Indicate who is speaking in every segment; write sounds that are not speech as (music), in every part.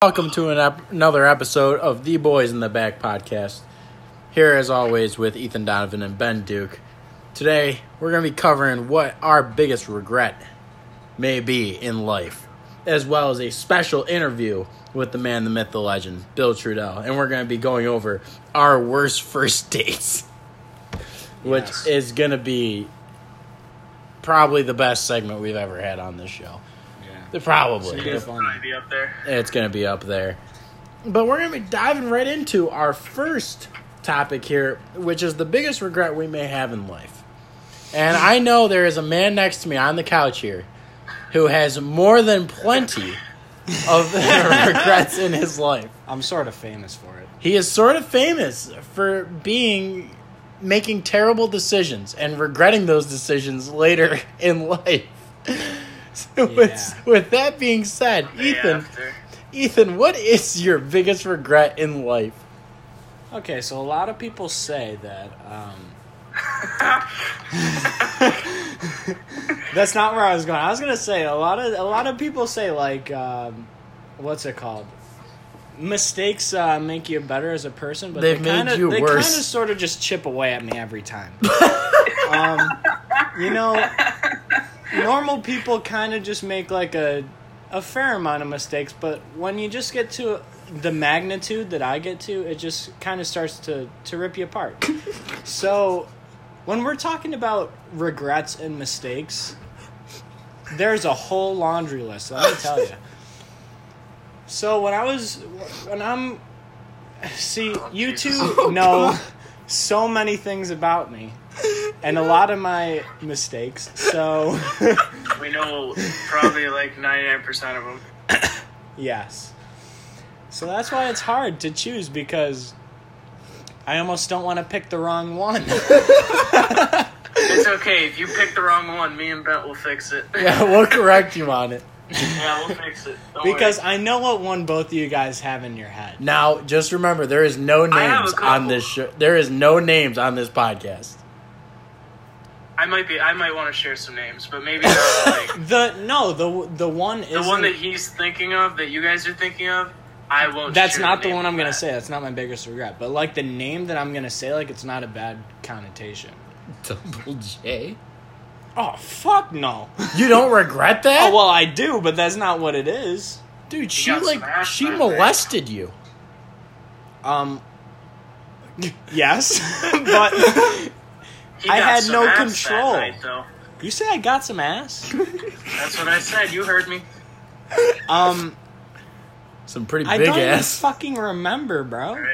Speaker 1: Welcome to an ep- another episode of the Boys in the Back podcast. Here, as always, with Ethan Donovan and Ben Duke. Today, we're going to be covering what our biggest regret may be in life, as well as a special interview with the man, the myth, the legend, Bill Trudell. And we're going to be going over our worst first dates, which
Speaker 2: Yes.
Speaker 1: is going to be probably the best segment we've ever had on this show.
Speaker 2: Yeah.
Speaker 1: Probably.
Speaker 2: Should be funny.
Speaker 3: be up there.
Speaker 1: It's going to be up there. But we're going to be diving right into our first topic here, which is the biggest regret we may have in life. And I know there is a man next to me on the couch here who has more than plenty of (laughs) regrets in his life.
Speaker 2: I'm sort of famous for it.
Speaker 1: He is sort of famous for being making terrible decisions and regretting those decisions later (laughs) in life. So with,
Speaker 2: Yeah.
Speaker 1: with that being said,
Speaker 3: Day
Speaker 1: Ethan,
Speaker 3: after.
Speaker 1: Ethan, what is your biggest regret in life? (laughs)
Speaker 2: Okay, so a lot of people say that. Um, that's not where I was going. I was gonna say a lot of a lot of people say like, um, what's it called? Mistakes uh, make you better as a person, but
Speaker 1: They've
Speaker 2: they
Speaker 1: made
Speaker 2: kinda,
Speaker 1: you
Speaker 2: they
Speaker 1: worse.
Speaker 2: kind of sort of just chip away at me
Speaker 1: (laughs)
Speaker 2: every time. um, you know, normal people kind of just make like a a fair amount of mistakes, but when you just get to the magnitude that I get to, it just kind of starts to to rip
Speaker 1: (laughs)
Speaker 2: you apart. so, when we're talking about regrets and mistakes, there's a whole laundry list. Let me tell you. So when I was when I'm see you two
Speaker 3: Oh,
Speaker 2: know so many things about me and a lot of my mistakes. So (laughs)
Speaker 3: We know probably like 99% of them.
Speaker 2: Yes. So that's why it's hard to choose because I almost don't want to pick the wrong
Speaker 3: (laughs)
Speaker 2: one.
Speaker 3: It's okay. If you pick the wrong one, me and Bent will fix
Speaker 2: (laughs)
Speaker 3: it.
Speaker 1: Yeah, we'll correct you on it.
Speaker 3: Yeah, we'll fix it. Don't
Speaker 2: because I know what one both of you guys have in your head.
Speaker 1: Now, just remember, there is no
Speaker 3: I have a
Speaker 1: names
Speaker 3: couple.
Speaker 1: on this show. There is no names on this podcast.
Speaker 3: worry. I might be. I might want to share some names, but maybe not like
Speaker 2: (laughs) The no, the the one is
Speaker 3: the one that he's thinking of that you guys are thinking of. I won't.
Speaker 2: that's
Speaker 3: share
Speaker 2: not the
Speaker 3: name
Speaker 2: one
Speaker 3: of
Speaker 2: I'm gonna
Speaker 3: that.
Speaker 2: say. That's not my biggest regret. But like the name that I'm gonna say, like it's not a bad connotation.
Speaker 1: Double J.
Speaker 2: Oh fuck no!
Speaker 1: You don't regret that,
Speaker 2: (laughs) oh well, I do, but that's not what it is.
Speaker 1: dude.
Speaker 3: You
Speaker 1: She
Speaker 3: got
Speaker 1: like
Speaker 3: smashed
Speaker 1: she
Speaker 3: by a
Speaker 1: molested you.
Speaker 2: Um, (laughs) yes, (laughs) but
Speaker 3: He
Speaker 2: I
Speaker 3: got
Speaker 2: had
Speaker 3: some
Speaker 2: no
Speaker 3: ass that
Speaker 2: control.
Speaker 3: night, though.
Speaker 2: you say I got some ass.
Speaker 3: That's what I said. You heard me.
Speaker 2: Um.
Speaker 1: Some pretty
Speaker 2: I
Speaker 1: big
Speaker 2: don't
Speaker 1: ass.
Speaker 2: even fucking remember, bro.
Speaker 3: All right.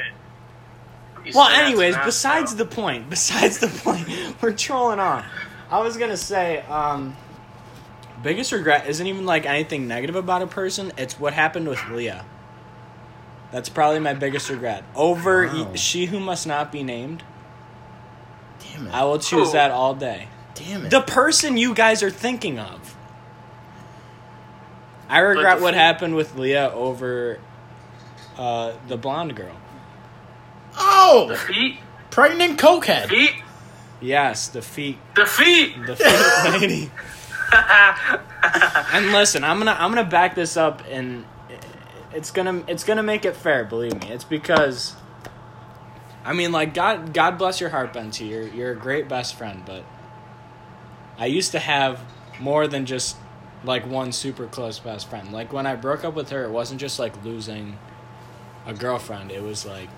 Speaker 3: You
Speaker 2: Well,
Speaker 3: said I had
Speaker 2: anyways,
Speaker 3: some ass,
Speaker 2: besides
Speaker 3: though.
Speaker 2: the point, (laughs) besides the point, we're trolling on. I was gonna say, um, biggest regret isn't even like anything negative about a person. It's what happened with Leah. That's probably my biggest regret. Over
Speaker 1: Wow.
Speaker 2: y- she who must not be named,
Speaker 1: Damn
Speaker 2: I
Speaker 1: it!
Speaker 2: will choose
Speaker 3: Who?
Speaker 2: that all day.
Speaker 1: Damn it!
Speaker 2: The person you guys are thinking of. I regret
Speaker 3: the
Speaker 2: what
Speaker 3: fool-
Speaker 2: happened with Leah over uh, the blonde girl.
Speaker 3: the
Speaker 1: oh,
Speaker 3: feet,
Speaker 1: pregnant cokehead.
Speaker 3: feet,
Speaker 2: Yes, the feet
Speaker 3: the feet.
Speaker 2: the (laughs) fake lady. and listen, I'm gonna I'm gonna back this up, and it's gonna it's gonna make it fair. Believe me, it's because. I mean, like God God bless your heart, Benty. You're you're a great best friend, but I used to have more than just like one super close best friend. Like when I broke up with her, it wasn't just like losing a girlfriend. It was like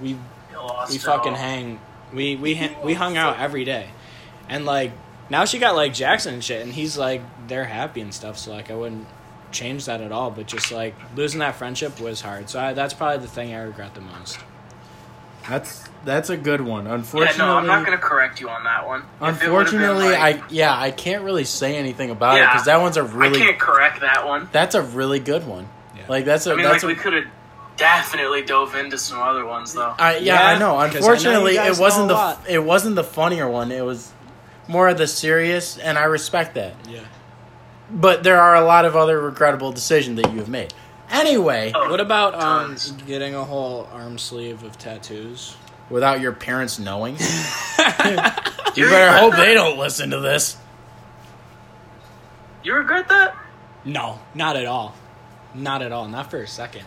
Speaker 2: we
Speaker 3: You lost
Speaker 2: we
Speaker 3: it all.
Speaker 2: fucking hang we we ha- we hung out every day and like now she got like jackson and shit and he's like they're happy and stuff so like i wouldn't change that at all but just like losing that friendship was hard so I, that's probably the thing i regret the most
Speaker 1: That's that's a good one. Unfortunately,
Speaker 3: Yeah, no, I'm not gonna correct you on that one. If it would've been,
Speaker 1: unfortunately,
Speaker 3: like-
Speaker 1: I yeah, I can't really say anything about it
Speaker 3: Yeah.
Speaker 1: because that one's a really
Speaker 3: I can't correct that one.
Speaker 1: That's a really good one.
Speaker 2: Yeah.
Speaker 1: Like that's a
Speaker 3: I mean, like
Speaker 1: that's
Speaker 3: we
Speaker 1: a,
Speaker 3: could have definitely dove into some other ones though.
Speaker 1: I, yeah,
Speaker 2: Yeah,
Speaker 1: I know.
Speaker 2: 'cause I know you
Speaker 1: Unfortunately,
Speaker 2: guys
Speaker 1: it wasn't
Speaker 2: know
Speaker 1: the
Speaker 2: a
Speaker 1: f- it wasn't the funnier one. It was more of the serious, and I respect that.
Speaker 2: yeah
Speaker 1: But there are a lot of other regrettable decisions that you have made. Anyway,
Speaker 2: what about um
Speaker 3: Tons.
Speaker 2: getting a whole arm sleeve of tattoos
Speaker 1: without your parents
Speaker 2: (laughs)
Speaker 1: knowing, you better hope they don't listen to this.
Speaker 3: You regret that?
Speaker 2: no not at all not at all not for a second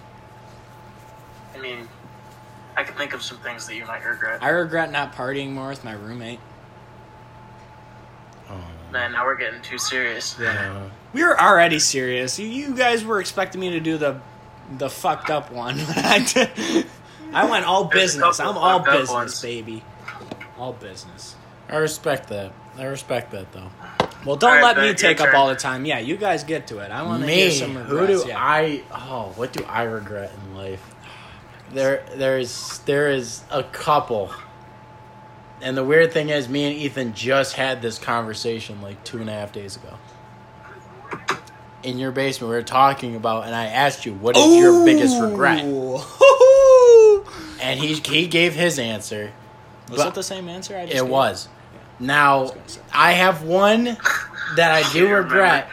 Speaker 3: I mean, I can think of some things that you might regret.
Speaker 2: I regret not partying more with my roommate.
Speaker 1: Oh,
Speaker 3: Man, now we're getting too serious.
Speaker 1: Yeah.
Speaker 2: We were already serious. You, you guys were expecting me to do the the fucked up one. (laughs) I did- I went all
Speaker 3: There's a
Speaker 2: business.
Speaker 3: couple
Speaker 2: I'm all
Speaker 3: fucked up
Speaker 2: business,
Speaker 3: ones.
Speaker 2: baby. All business.
Speaker 1: I respect that. I respect that though.
Speaker 2: Well, don't
Speaker 3: All right,
Speaker 2: let me
Speaker 3: Ben,
Speaker 2: take
Speaker 3: your
Speaker 2: up
Speaker 3: turn.
Speaker 2: all the time. Yeah, you guys get to it. I want to hear
Speaker 1: Me,
Speaker 2: some regrets.
Speaker 1: who do
Speaker 2: yeah.
Speaker 1: I? Oh, what do I regret in life? There, there is, there is a couple. And the weird thing is, me and Ethan just had this conversation like two and a half days ago. In your basement, we were talking about, and I asked you, "What is your biggest regret?"
Speaker 2: Ooh.
Speaker 1: And he he gave his answer.
Speaker 2: Was
Speaker 1: But-
Speaker 2: it the same answer? I just
Speaker 1: It
Speaker 2: gave?
Speaker 1: was. Now, I have one that I do
Speaker 3: remember.
Speaker 1: regret,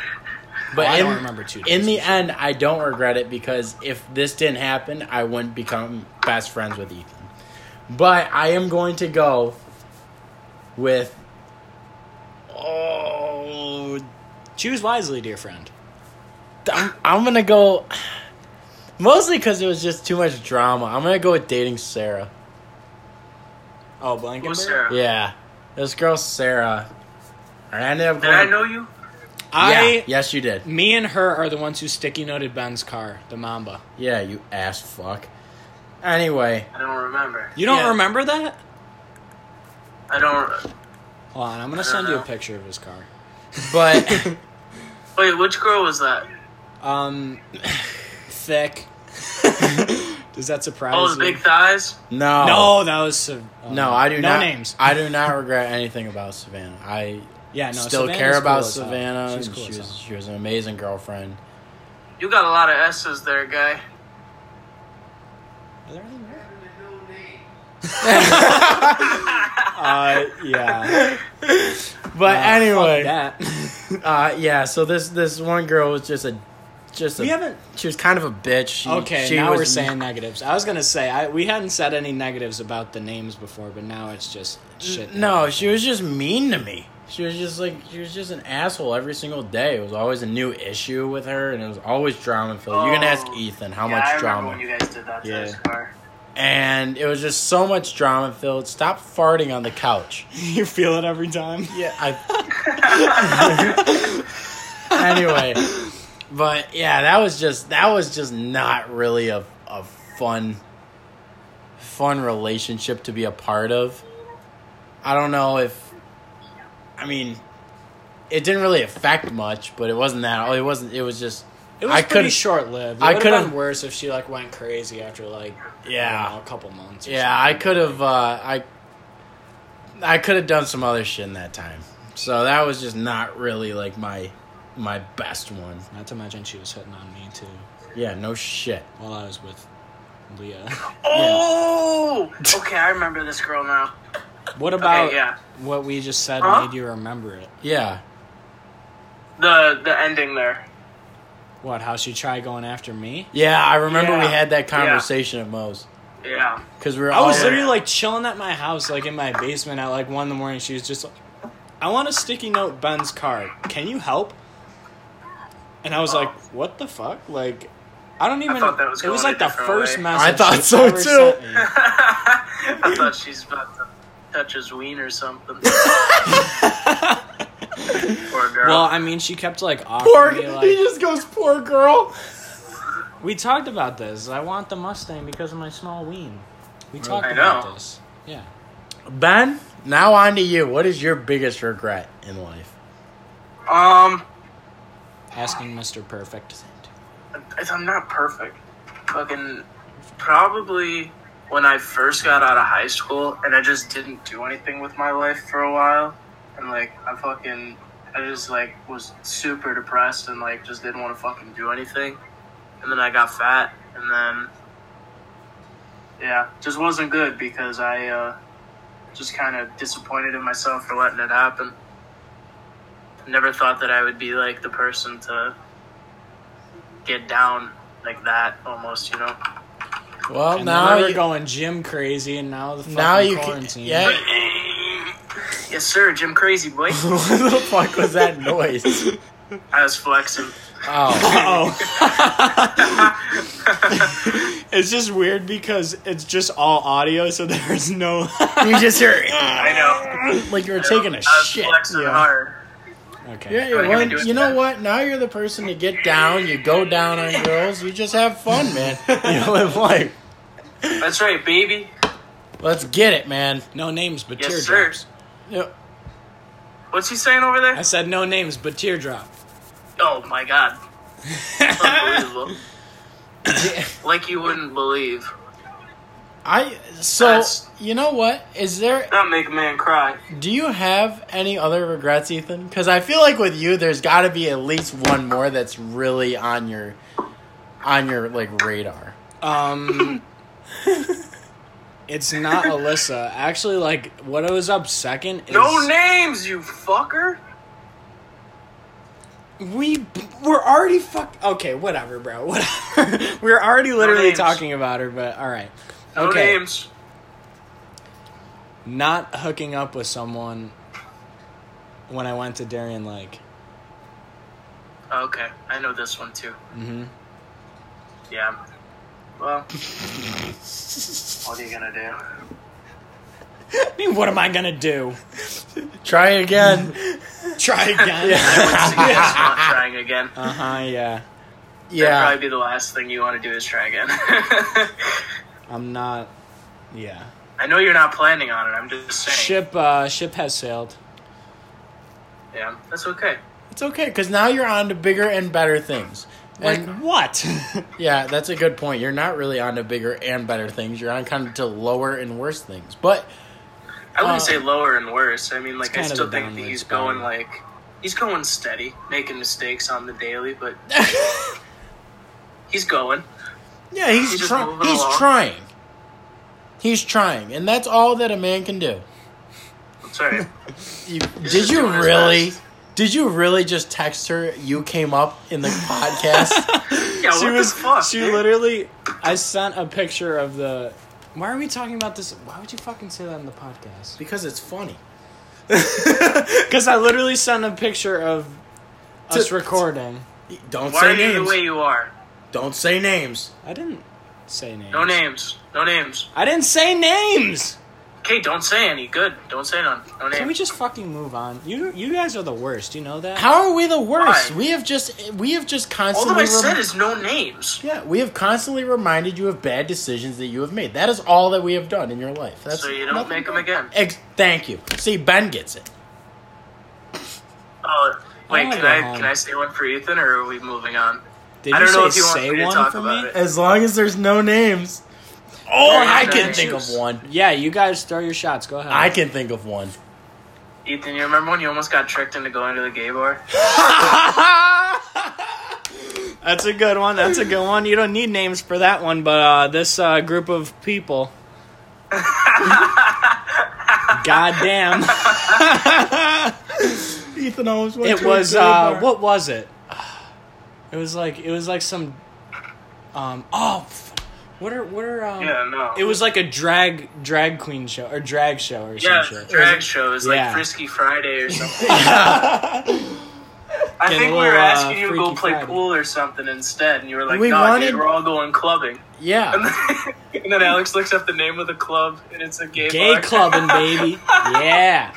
Speaker 1: but
Speaker 2: Oh, I
Speaker 1: in,
Speaker 2: don't remember two days.
Speaker 1: in the end, I don't regret it because if this didn't happen, I wouldn't become best friends with Ethan. But I am going to go with. Oh,
Speaker 2: Choose wisely, dear friend.
Speaker 1: I'm, I'm gonna go. Mostly because it was just too much drama. I'm gonna go with dating Sarah.
Speaker 2: Oh, Blankenberg.
Speaker 3: Who's Sarah?
Speaker 1: Yeah, this girl Sarah. I ended up
Speaker 3: Did
Speaker 1: going.
Speaker 3: I know you?
Speaker 2: I.
Speaker 1: yeah, yes, you did.
Speaker 2: Me and her are the ones who sticky noted Ben's car, the Mamba.
Speaker 1: Yeah, you ass fuck. Anyway,
Speaker 3: I don't remember.
Speaker 2: You don't
Speaker 1: Yeah.
Speaker 2: remember that?
Speaker 3: I don't.
Speaker 2: Hold on, I'm gonna
Speaker 3: I
Speaker 2: send
Speaker 3: don't
Speaker 2: you a
Speaker 3: know.
Speaker 2: picture of his car.
Speaker 1: but (laughs)
Speaker 3: Wait, which girl was that?
Speaker 2: Um, (laughs)
Speaker 3: (laughs)
Speaker 2: thick. Does that surprise
Speaker 3: Oh,
Speaker 2: you?
Speaker 3: the big thighs.
Speaker 1: no,
Speaker 2: No, that was Sav- oh,
Speaker 1: no, I do
Speaker 2: no
Speaker 1: not.
Speaker 2: names.
Speaker 1: I do not regret anything about Savannah. I
Speaker 2: yeah, no.
Speaker 1: still
Speaker 2: Savannah's
Speaker 1: care
Speaker 2: cool
Speaker 1: about
Speaker 2: as hell.
Speaker 1: Savannah.
Speaker 2: She's
Speaker 1: and
Speaker 2: cool as
Speaker 1: she was
Speaker 2: hell.
Speaker 1: she was an amazing girlfriend.
Speaker 3: You got a lot of S's there, guy.
Speaker 2: Are there any more? (laughs) uh,
Speaker 3: (laughs)
Speaker 2: yeah.
Speaker 1: But
Speaker 2: Uh,
Speaker 1: anyway,
Speaker 2: fuck that.
Speaker 1: uh, yeah. So this this one girl was just a just a,
Speaker 2: we haven't.
Speaker 1: she was kind of a bitch. She,
Speaker 2: Okay,
Speaker 1: she
Speaker 2: now
Speaker 1: was,
Speaker 2: we're saying negatives. I was gonna say I, we hadn't said any negatives about the names before, but now it's just shit.
Speaker 1: no. She was just mean to me. She was just like she was just an asshole every single day. It was always a new issue with her, and it was always drama filled. you can
Speaker 3: Oh.
Speaker 1: ask Ethan how
Speaker 3: yeah,
Speaker 1: much
Speaker 3: I remember
Speaker 1: drama.
Speaker 3: when you guys did that to
Speaker 2: Yeah.
Speaker 3: his car.
Speaker 1: and it was just so much drama filled. Stop farting on the couch.
Speaker 2: (laughs) you feel it every time.
Speaker 1: Yeah. I, anyway, but yeah, that was just that was just not really a a fun fun relationship to be a part of. I don't know if I mean it didn't really affect much, but it wasn't that. It wasn't. It was just.
Speaker 2: It was
Speaker 1: I
Speaker 2: pretty
Speaker 1: couldn't.
Speaker 2: short lived. It
Speaker 1: I
Speaker 2: would have
Speaker 1: could've-
Speaker 2: been worse if she like went crazy after like
Speaker 1: Yeah.
Speaker 2: I don't know, a couple months. Or
Speaker 1: Yeah, I could have. Uh, I I could have done some other shit in that time. So that was just not really like my my best one.
Speaker 2: something. Not to mention she was hitting on me too
Speaker 1: Yeah, no shit.
Speaker 2: while I was with
Speaker 1: (laughs)
Speaker 2: Leah.
Speaker 3: Oh, okay. I remember this girl now.
Speaker 2: (laughs) what about
Speaker 3: yeah.
Speaker 2: what we just said
Speaker 3: Huh?
Speaker 2: made you remember it?
Speaker 1: Yeah,
Speaker 3: The the ending there.
Speaker 2: What? How she tried going after me?
Speaker 1: yeah. I remember we
Speaker 3: Yeah.
Speaker 1: had that
Speaker 3: Yeah.
Speaker 1: conversation at Moe's
Speaker 3: Yeah.
Speaker 1: because we were.
Speaker 2: I was
Speaker 1: all-
Speaker 2: literally like chilling at my house, like in my basement at like one in the morning. She was just like, "I want a sticky note Ben's card. Can you help?" And I was like, "What the fuck?" Like, I don't even.
Speaker 3: thought that was
Speaker 2: it was
Speaker 3: going
Speaker 2: like
Speaker 3: a
Speaker 2: the
Speaker 3: different
Speaker 2: first
Speaker 3: way.
Speaker 2: message.
Speaker 1: I thought
Speaker 2: she
Speaker 1: so,
Speaker 2: ever
Speaker 1: too.
Speaker 2: sent
Speaker 3: (laughs)
Speaker 2: me.
Speaker 3: I thought she's about to touch his ween or something. Poor girl.
Speaker 2: Well, I mean, she kept
Speaker 1: (laughs)
Speaker 2: like
Speaker 1: poor.
Speaker 2: offering me
Speaker 1: he
Speaker 2: like
Speaker 1: just goes, poor girl.
Speaker 2: we talked about this. I want the Mustang because of my small ween. We talked
Speaker 3: I
Speaker 2: about
Speaker 3: know.
Speaker 2: this. Yeah.
Speaker 1: Ben, now on to you. What is your biggest regret in life?
Speaker 3: um,
Speaker 2: Asking Mr. Perfect.
Speaker 3: it's- I'm not perfect. Fucking, probably when I first got out of high school and I just didn't do anything with my life for a while, and like I fucking, I just like was super depressed and like just didn't want to fucking do anything, and then I got fat, and then yeah, just wasn't good because I uh, just kind of disappointed in myself for letting it happen. Never thought that I would be like the person to get down like that almost, you know.
Speaker 1: Well,
Speaker 2: And now
Speaker 1: now
Speaker 2: we're
Speaker 1: you,
Speaker 2: going gym crazy, and now the fucking
Speaker 1: now you can.
Speaker 2: quarantine.
Speaker 1: Yeah.
Speaker 3: Yes, sir, Jim
Speaker 2: (laughs)
Speaker 3: Crazy
Speaker 1: (laughs)
Speaker 3: Boy.
Speaker 1: what the fuck was that noise? (laughs)
Speaker 3: I was flexing.
Speaker 1: Oh.
Speaker 2: Oh. (laughs) It's just weird because it's just all audio, so (laughs) there's no.
Speaker 1: (laughs) You just hear
Speaker 3: I know.
Speaker 2: (laughs) like you're taking a
Speaker 3: I was
Speaker 2: shit.
Speaker 3: flexing
Speaker 2: Yeah.
Speaker 3: hard.
Speaker 1: (laughs)
Speaker 2: Okay.
Speaker 1: Yeah, you're
Speaker 3: What am I
Speaker 1: one-
Speaker 3: doing
Speaker 1: you know
Speaker 3: today?
Speaker 1: what? Now you're the person to get down. You go down on girls. You just have fun, (laughs)
Speaker 2: (laughs)
Speaker 1: man. you live life.
Speaker 3: That's right, baby.
Speaker 1: Let's get it, (coughs) man.
Speaker 2: No names, but
Speaker 3: Yes, sir.
Speaker 2: teardrops.
Speaker 1: Yep.
Speaker 3: What's he saying over
Speaker 2: I
Speaker 3: there?
Speaker 2: said no names, but teardrop.
Speaker 3: Oh my god. Unbelievable.
Speaker 2: (laughs)
Speaker 3: like you wouldn't believe.
Speaker 1: I so
Speaker 3: That's-
Speaker 1: you know what is there?
Speaker 3: That make a man cry.
Speaker 1: Do you have any other regrets, Ethan? Because I feel like with you, there's got to be at least one more that's really on your on your like radar.
Speaker 2: Um, it's not Alyssa. Actually, like what I was up second is
Speaker 3: No names, you fucker.
Speaker 2: we we're already fuck. Okay, whatever, bro. (laughs) Whatever. we're already literally
Speaker 3: names.
Speaker 2: talking about her, but all right.
Speaker 3: No
Speaker 2: Okay,
Speaker 3: names.
Speaker 2: not hooking up with someone when I went to Darien Lake.
Speaker 3: Okay, I know this one too.
Speaker 2: Mm-hmm.
Speaker 3: Yeah.
Speaker 2: (laughs)
Speaker 3: Well, what are you gonna do?
Speaker 2: I mean, what am I gonna do?
Speaker 1: Try again.
Speaker 2: Try again? (laughs)
Speaker 3: I would suggest not trying again.
Speaker 2: Uh huh. Yeah.
Speaker 1: (laughs)
Speaker 3: That'd
Speaker 1: yeah.
Speaker 3: probably be the last thing you want to do is try again. (laughs)
Speaker 2: I'm not. Yeah.
Speaker 3: I know you're not planning on it. I'm just saying.
Speaker 2: Ship. Uh, ship has sailed.
Speaker 3: Yeah, that's okay.
Speaker 1: It's okay because now you're on to bigger and better things.
Speaker 2: Like
Speaker 1: And
Speaker 2: what? (laughs)
Speaker 1: yeah, that's a good point. You're not really on to bigger and better things. You're on kind of to lower and worse things. But (laughs)
Speaker 3: I wouldn't
Speaker 1: Uh,
Speaker 3: say lower and worse. I mean, like I
Speaker 2: kind of
Speaker 3: still
Speaker 2: a
Speaker 3: think that
Speaker 2: downward
Speaker 3: he's
Speaker 2: spiral.
Speaker 3: going like he's going steady, making mistakes on the daily, but he's going.
Speaker 1: yeah, he's
Speaker 3: He's just
Speaker 1: trying.
Speaker 3: moving
Speaker 1: He's
Speaker 3: along.
Speaker 1: trying. He's trying, and that's all that a man can do.
Speaker 3: That's all
Speaker 2: (laughs)
Speaker 3: right.
Speaker 1: You, did
Speaker 3: just
Speaker 1: you
Speaker 3: doing his
Speaker 1: really?
Speaker 3: best.
Speaker 1: Did you really just text her? You came up in the podcast.
Speaker 3: Yeah,
Speaker 2: she
Speaker 3: what
Speaker 2: was.
Speaker 3: the fuck?
Speaker 2: She
Speaker 3: dude?
Speaker 2: literally. I sent a picture of the. Why are we talking about this? Why would you fucking say that in the
Speaker 3: (laughs)
Speaker 2: podcast?
Speaker 1: (laughs) because it's funny.
Speaker 2: Because I literally sent a picture of us
Speaker 1: To-
Speaker 2: recording.
Speaker 1: Don't
Speaker 3: Why are
Speaker 1: say
Speaker 3: you
Speaker 1: names.
Speaker 3: the way you are?
Speaker 1: Don't say names.
Speaker 2: I didn't say names.
Speaker 3: No names. No names.
Speaker 2: I didn't say names.
Speaker 3: Okay, don't say any. Good. Don't say none. No
Speaker 2: Can we
Speaker 3: names.
Speaker 2: just fucking move on? You you guys are the worst. You know that.
Speaker 1: How are we the worst?
Speaker 3: Why?
Speaker 1: We have just we have just
Speaker 3: All
Speaker 1: constantly.
Speaker 3: that I
Speaker 1: rem-
Speaker 3: said is no names.
Speaker 1: yeah, we have constantly reminded you of bad decisions that you have made. That is all that we have done in your life. That's
Speaker 3: So you don't
Speaker 1: nothing-
Speaker 3: make them again.
Speaker 1: Ex- thank you. See, Ben gets it.
Speaker 3: Oh, wait.
Speaker 2: wanna
Speaker 3: Can
Speaker 2: go
Speaker 3: I
Speaker 2: home.
Speaker 3: can I say one for Ethan, or are we moving on?
Speaker 2: Did
Speaker 3: I
Speaker 2: you
Speaker 3: don't
Speaker 2: say
Speaker 3: know if you want
Speaker 2: say
Speaker 3: me to
Speaker 2: one
Speaker 3: talk
Speaker 2: for
Speaker 3: about
Speaker 2: me?
Speaker 3: it.
Speaker 1: As long as there's no names. Oh,
Speaker 3: There's
Speaker 1: I
Speaker 3: no
Speaker 1: can
Speaker 3: names.
Speaker 1: think of one.
Speaker 2: Yeah, you guys throw your shots. Go ahead.
Speaker 1: I can think of one.
Speaker 3: Ethan, you remember when you almost got tricked into going to the gay bar?
Speaker 2: That's a good one. That's a good one. You don't need names for that one, but uh, this uh, group of people. Goddamn!
Speaker 1: Ethan always went (laughs)
Speaker 2: It was uh, what was it? It was like it was like some, um, oh, f- what are what are um?
Speaker 3: Yeah, no.
Speaker 2: It was like a drag drag queen show or drag show or
Speaker 3: Yeah,
Speaker 2: some shit.
Speaker 3: drag shows
Speaker 2: Yeah.
Speaker 3: like Frisky Friday
Speaker 2: (laughs)
Speaker 3: or something. I
Speaker 2: Get a
Speaker 3: think we
Speaker 2: little,
Speaker 3: were
Speaker 2: uh,
Speaker 3: asking you to go
Speaker 2: Freaky
Speaker 3: play
Speaker 2: Friday.
Speaker 3: pool or something instead, and you were like,
Speaker 1: We
Speaker 3: "No,
Speaker 1: wanted-
Speaker 3: dude, we're all going clubbing." (laughs)
Speaker 1: Yeah.
Speaker 3: and then Alex looks up the name of the club, and it's a gay,
Speaker 2: Gay
Speaker 3: bar. (laughs)
Speaker 2: clubbing, baby. Yeah.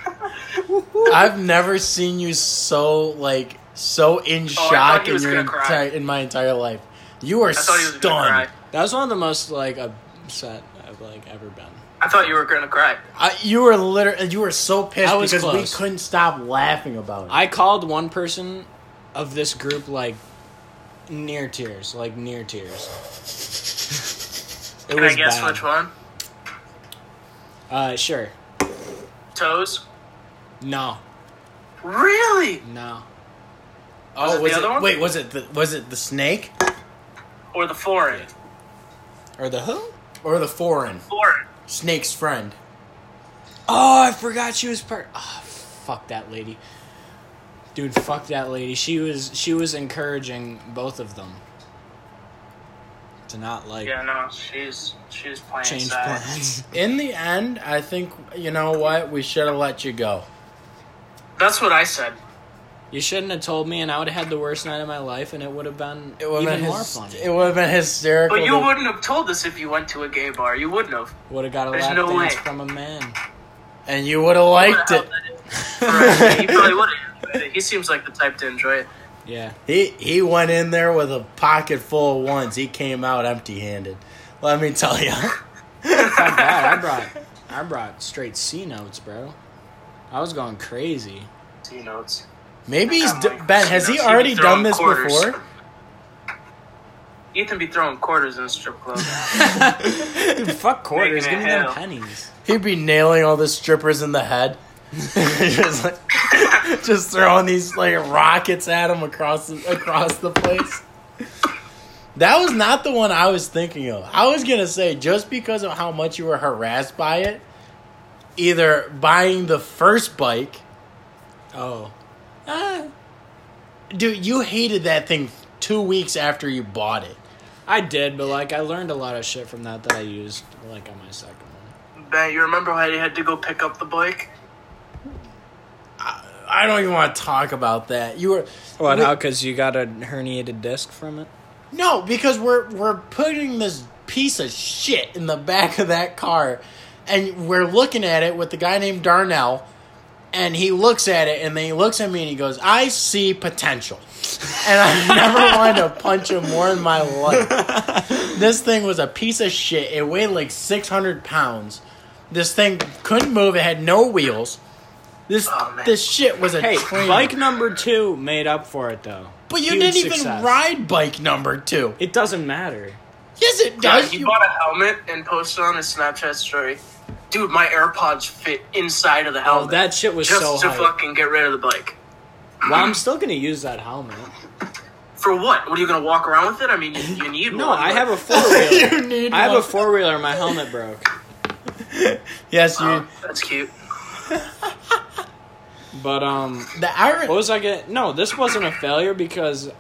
Speaker 1: I've never seen you so like so in
Speaker 3: Oh, I
Speaker 1: shock
Speaker 3: thought he
Speaker 1: in
Speaker 3: was
Speaker 1: your
Speaker 3: gonna cry.
Speaker 1: entire in my entire life. You are
Speaker 3: I thought he was gonna cry.
Speaker 1: stunned.
Speaker 2: That was one of the most like upset I've like ever been.
Speaker 3: I thought you were gonna cry.
Speaker 1: I, you were literally you were so pissed
Speaker 2: I was
Speaker 1: because
Speaker 2: close.
Speaker 1: we couldn't stop laughing about
Speaker 3: Oh,
Speaker 1: it.
Speaker 2: I called one person of this group like near tears, like near tears. it
Speaker 3: Can I guess
Speaker 2: bad.
Speaker 3: which one?
Speaker 2: Uh, sure.
Speaker 3: Toes.
Speaker 2: No,
Speaker 3: Really?
Speaker 2: no.
Speaker 3: was it the other one?
Speaker 1: wait? Oh, Was it the was it the snake
Speaker 3: Or the foreign?
Speaker 2: Or the who?
Speaker 1: or the foreign
Speaker 3: Foreign.
Speaker 1: snake's friend?
Speaker 2: Oh, I forgot she was part. Oh, fuck that lady. Dude, fuck that lady. She was she was encouraging both of them to not like
Speaker 3: Yeah, no, she's she's playing
Speaker 2: change
Speaker 3: sides.
Speaker 2: plans. (laughs)
Speaker 1: In the end, I think you know what we should have let you go.
Speaker 3: That's what I said.
Speaker 2: You shouldn't have told me, and I would have had the worst night of my life, and it would have been
Speaker 1: It would
Speaker 2: even
Speaker 1: have been
Speaker 2: more
Speaker 1: hys-
Speaker 2: fun.
Speaker 1: it would have been hysterical.
Speaker 3: But you
Speaker 1: to-
Speaker 3: wouldn't have told us if you went to a gay bar. You wouldn't have.
Speaker 2: Would have got a
Speaker 3: There's
Speaker 2: lap
Speaker 3: no
Speaker 2: dance
Speaker 3: way.
Speaker 2: from a man.
Speaker 1: and you would have liked it. (laughs)
Speaker 3: Right. He probably would have. He seems like the type to enjoy it.
Speaker 2: Yeah,
Speaker 1: He he went in there with a pocket full of ones. He came out empty-handed. Let me tell you.
Speaker 2: Fuck that, I brought, I brought straight C notes, bro. I was going crazy.
Speaker 3: You know, it's
Speaker 1: Maybe he's
Speaker 3: I'm
Speaker 1: d-
Speaker 3: like,
Speaker 1: Ben. Has
Speaker 3: you
Speaker 1: he
Speaker 3: know,
Speaker 1: already done
Speaker 3: throwing
Speaker 1: this
Speaker 3: quarters.
Speaker 1: before?
Speaker 3: Ethan be throwing quarters in a strip club.
Speaker 2: Dude,
Speaker 3: (laughs)
Speaker 2: fuck quarters. Give
Speaker 3: Making it
Speaker 2: me them
Speaker 3: hell.
Speaker 2: pennies.
Speaker 1: He'd be nailing all the strippers in the head. (laughs) just, like, (laughs) just throwing these like rockets at him across the, across the place. That was not the one I was thinking of. I was gonna say just because of how much you were harassed by it, either buying the first bike,
Speaker 2: Oh, ah,
Speaker 1: dude, you hated that thing two weeks after you bought it.
Speaker 2: I did, but like I learned a lot of shit from that that I used like on my second one.
Speaker 3: Ben, you remember how you had to go pick up the bike?
Speaker 1: I don't even want to talk about that. You were
Speaker 2: What?
Speaker 1: we-
Speaker 2: How? Because you got a herniated disc from it.
Speaker 1: No, because we're we're putting this piece of shit in the back of that car, and we're looking at it with the guy named Darnell, and he looks at it, and then he looks at me, and he goes, "I see potential," and I (laughs) never wanted to punch him more in my
Speaker 2: (laughs)
Speaker 1: life. This thing was a piece of shit. It weighed like six hundred pounds. This thing couldn't move. It had no wheels. This
Speaker 3: Oh, man.
Speaker 1: this shit was a
Speaker 2: Hey,
Speaker 1: train.
Speaker 2: bike number two made up for it though.
Speaker 1: but you
Speaker 2: Huge
Speaker 1: didn't even
Speaker 2: success.
Speaker 1: ride bike number two.
Speaker 2: It doesn't matter.
Speaker 1: Yes, it
Speaker 3: Yeah,
Speaker 1: does.
Speaker 3: he
Speaker 1: You-
Speaker 3: bought a helmet and posted on his Snapchat story. Dude, my AirPods fit inside of the
Speaker 2: Oh,
Speaker 3: helmet.
Speaker 2: that shit was
Speaker 3: just
Speaker 2: so
Speaker 3: to
Speaker 2: hype.
Speaker 3: fucking get rid of the bike.
Speaker 2: Well, I'm still gonna use that helmet.
Speaker 3: For what? What are you gonna walk around with it? I mean, you, you
Speaker 2: (laughs)
Speaker 3: need
Speaker 2: No,
Speaker 3: one.
Speaker 2: I
Speaker 3: but-
Speaker 2: have a four (laughs)
Speaker 3: (laughs)
Speaker 2: wheeler.
Speaker 1: you need
Speaker 2: I have
Speaker 1: one.
Speaker 2: a four wheeler. My helmet broke.
Speaker 1: yes, you.
Speaker 3: Oh, (laughs) that's cute.
Speaker 2: But um,
Speaker 1: the iron.
Speaker 2: what was I get? No, this wasn't a failure because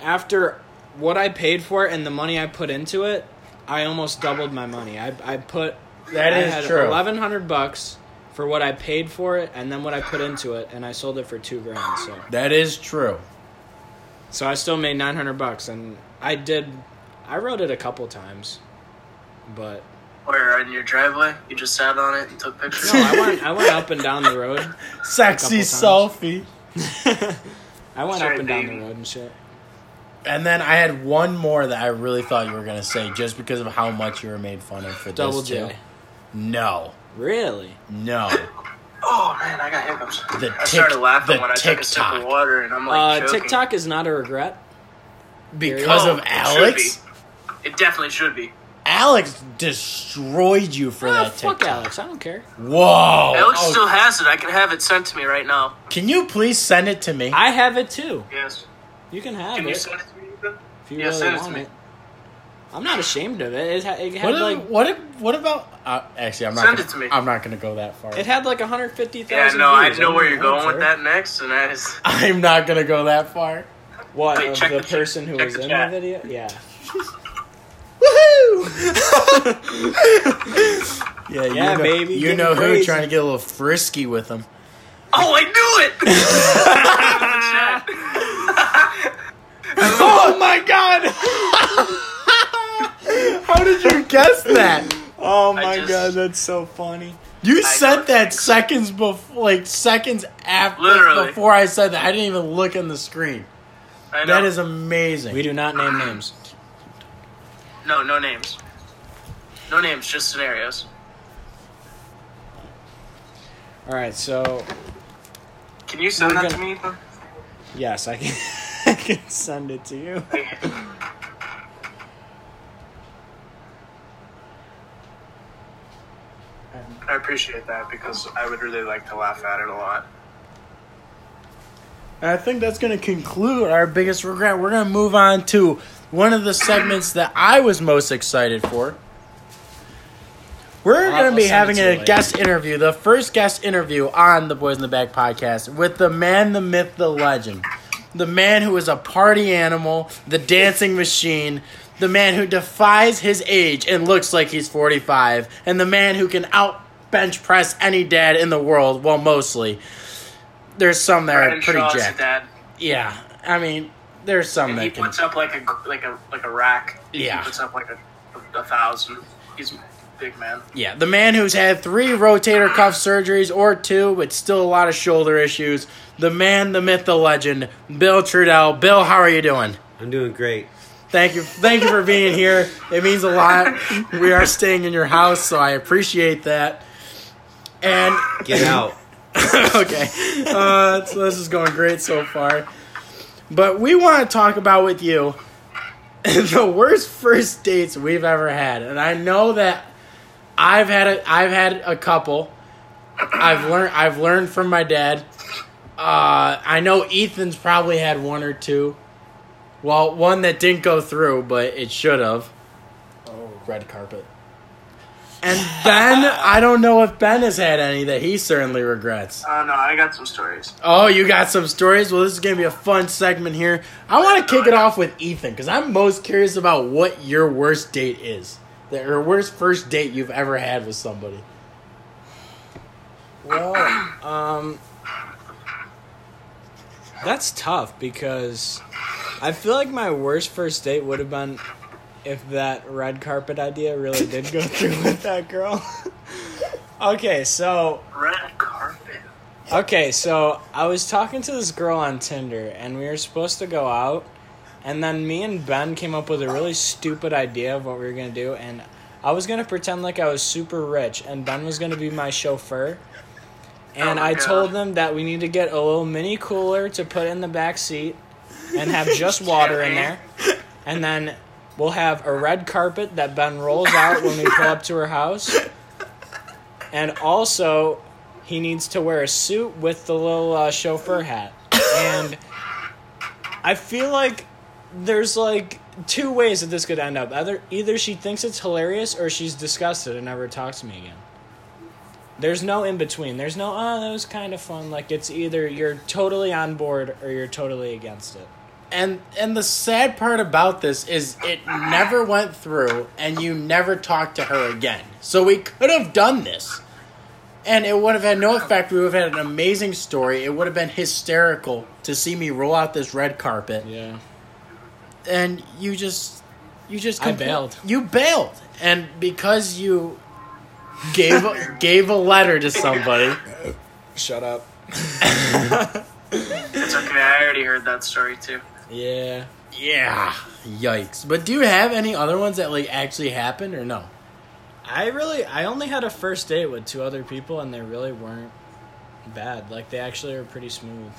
Speaker 2: after what I paid for it and the money I put into it, I almost doubled my money. I I put
Speaker 1: That
Speaker 2: I
Speaker 1: is
Speaker 2: had
Speaker 1: true.
Speaker 2: Eleven hundred bucks for what I paid for it and then what I put into it, and I sold it for two grand. So
Speaker 1: that is true.
Speaker 2: so I still made nine hundred bucks, and I did. I rode it a couple times,
Speaker 1: (laughs)
Speaker 2: but
Speaker 3: Where in your driveway? You just sat on it and took pictures.
Speaker 2: no, I went I went up and down
Speaker 1: (laughs)
Speaker 2: the road.
Speaker 1: Sexy
Speaker 2: Couple
Speaker 1: selfie.
Speaker 2: I went
Speaker 3: Sorry,
Speaker 2: up and down the
Speaker 3: baby.
Speaker 2: road and shit.
Speaker 1: And then I had one more that I really thought you were gonna say, just because of how much you were made fun of for
Speaker 2: Double
Speaker 1: this too.
Speaker 2: J.
Speaker 1: No,
Speaker 2: Really?
Speaker 1: no.
Speaker 3: (laughs) oh man, I got hiccups.
Speaker 1: The
Speaker 3: I started
Speaker 1: tick-
Speaker 3: laughing
Speaker 1: the
Speaker 3: when I took a sip
Speaker 1: TikTok.
Speaker 3: of water, and I'm
Speaker 2: Uh,
Speaker 3: like, joking.
Speaker 2: TikTok is not a regret.
Speaker 1: Because
Speaker 3: Oh,
Speaker 1: of
Speaker 3: it should
Speaker 1: Alex.
Speaker 3: be. It definitely should be.
Speaker 1: Alex destroyed you for
Speaker 2: Ah,
Speaker 1: that
Speaker 2: fuck
Speaker 1: TikTok.
Speaker 2: Alex. I don't care.
Speaker 1: Whoa!
Speaker 3: Alex
Speaker 1: Oh,
Speaker 3: still has it. I can have it sent to me right now.
Speaker 1: can you please send it to me?
Speaker 2: I have it too.
Speaker 3: Yes.
Speaker 2: You can have
Speaker 3: Can
Speaker 2: it
Speaker 3: you send it to me? Ethan?
Speaker 2: if you
Speaker 3: yeah,
Speaker 2: really
Speaker 3: send it to
Speaker 2: want
Speaker 3: me.
Speaker 2: it. I'm not ashamed of it. It, ha- it had
Speaker 1: what,
Speaker 2: like
Speaker 1: if, what? If, what about? Uh, actually, I'm not.
Speaker 3: Send
Speaker 1: gonna,
Speaker 3: it to me.
Speaker 1: I'm not gonna go that far. (laughs)
Speaker 2: it had like 150,000.
Speaker 3: Yeah, no, I
Speaker 2: views.
Speaker 3: know where you're
Speaker 2: don't
Speaker 3: going with
Speaker 2: care.
Speaker 3: that next, and that is
Speaker 1: I'm not gonna go that far.
Speaker 2: What
Speaker 3: Wait,
Speaker 2: of
Speaker 3: check
Speaker 2: the
Speaker 3: the-
Speaker 2: person who
Speaker 3: check
Speaker 2: was
Speaker 3: the
Speaker 2: in
Speaker 3: chat.
Speaker 2: the video? Yeah.
Speaker 1: (laughs) Woohoo! yeah, you
Speaker 2: Yeah,
Speaker 1: know,
Speaker 2: baby,
Speaker 1: You
Speaker 2: getting
Speaker 1: know who
Speaker 2: crazy.
Speaker 1: trying to get a little frisky with (laughs) them.
Speaker 3: (laughs) Oh, I knew it! (laughs)
Speaker 2: (laughs)
Speaker 3: I
Speaker 1: Oh my god! How did you guess that?
Speaker 2: Oh
Speaker 3: my just- God,
Speaker 2: that's so funny.
Speaker 1: You
Speaker 3: I
Speaker 1: said
Speaker 3: don't
Speaker 1: that
Speaker 3: think-
Speaker 1: seconds before, like seconds after,
Speaker 3: Literally.
Speaker 1: before I said that. I didn't even look in the screen.
Speaker 3: know.
Speaker 1: That is amazing.
Speaker 2: We do not name names.
Speaker 3: no, no names. No names, just scenarios.
Speaker 2: All right, so
Speaker 3: Can you send
Speaker 2: We're
Speaker 3: that
Speaker 2: gonna-
Speaker 3: to me? Ethan?
Speaker 2: yes, I can (laughs) I can send it to you.
Speaker 3: I appreciate that because I would really like to laugh at it a lot.
Speaker 1: I think that's going to conclude our biggest regret. We're going to move on to one of the segments that I was most excited for. We're
Speaker 2: I'll-
Speaker 1: going to be
Speaker 2: I'll send
Speaker 1: having
Speaker 2: it to you
Speaker 1: a
Speaker 2: later.
Speaker 1: guest interview, the first guest interview on the Boys in the Back podcast with the man, the myth, the legend. The man who is a party animal, the dancing machine, the man who defies his age and looks like he's 45, and the man who can out bench press any dad in the world, well, mostly. there's some that are
Speaker 3: Brandon
Speaker 1: pretty
Speaker 3: Shaw's
Speaker 1: jacked.
Speaker 3: dad.
Speaker 1: Yeah, I mean, there's some
Speaker 3: And he
Speaker 1: that can.
Speaker 3: puts up like a like a like a rack.
Speaker 1: Yeah.
Speaker 3: He puts up like a, a thousand. He's a big man.
Speaker 1: Yeah, the man who's had three rotator cuff surgeries or two, but still a lot of shoulder issues. The man, the myth, the legend, Bill Trudell. Bill, how are you doing?
Speaker 4: I'm doing great.
Speaker 1: Thank you, thank you for being here. It means a lot. We are staying in your house, so I appreciate that. And
Speaker 4: Get out.
Speaker 1: (laughs) okay. Uh, so this is going great so far. But we want to talk about with you (laughs) the worst first dates we've ever had. And I know that I've had a, I've had a couple. I've learned I've learned from my dad. Uh, I know Ethan's probably had one or two. Well, one that didn't go through, but it should have. Oh, red carpet. And Ben, I don't know if Ben has had any that he certainly regrets.
Speaker 3: Oh no, I got some stories.
Speaker 1: Oh, you got some stories? Well, this is going to be a fun segment here. I want to kick it off with Ethan because I'm most curious about what your worst date is. The, your worst first date you've ever had with somebody.
Speaker 2: Well, um, that's tough because I feel like my worst first date would have been if that red carpet idea really did go (laughs) through with that girl. (laughs) okay, so
Speaker 3: Red carpet.
Speaker 2: Okay, so I was talking to this girl on Tinder, and we were supposed to go out, and then me and Ben came up with a really stupid idea of what we were gonna do, and I was gonna pretend like I was super rich, and Ben was gonna be my chauffeur, and
Speaker 3: Oh my
Speaker 2: I
Speaker 3: God.
Speaker 2: told them that we need to get a little mini cooler to put in the back seat, and have just water in there, and then we'll have a red carpet that Ben rolls out when we pull up to her house. And also, he needs to wear a suit with the little uh, chauffeur hat. And I feel like there's like two ways that this could end up. Either either she thinks it's hilarious or she's disgusted and never talks to me again. There's no in between. There's no oh that was kind of fun. Like it's either you're totally on board or you're totally against it.
Speaker 1: And and the sad part about this is it never went through and you never talked to her again. So we could have done this. And it would have had no effect. We would have had an amazing story. It would have been hysterical to see me roll out this red carpet.
Speaker 2: Yeah.
Speaker 1: and you just you just
Speaker 2: I bailed.
Speaker 1: You bailed, and because you gave a, gave a letter to somebody.
Speaker 2: Shut up.
Speaker 3: It's okay. I already heard that story too.
Speaker 2: Yeah.
Speaker 1: Yeah, yikes! But do you have any other ones that like actually happened or no?
Speaker 2: I really, I only had a first date with two other people, and they really weren't bad. Like they actually were pretty smooth.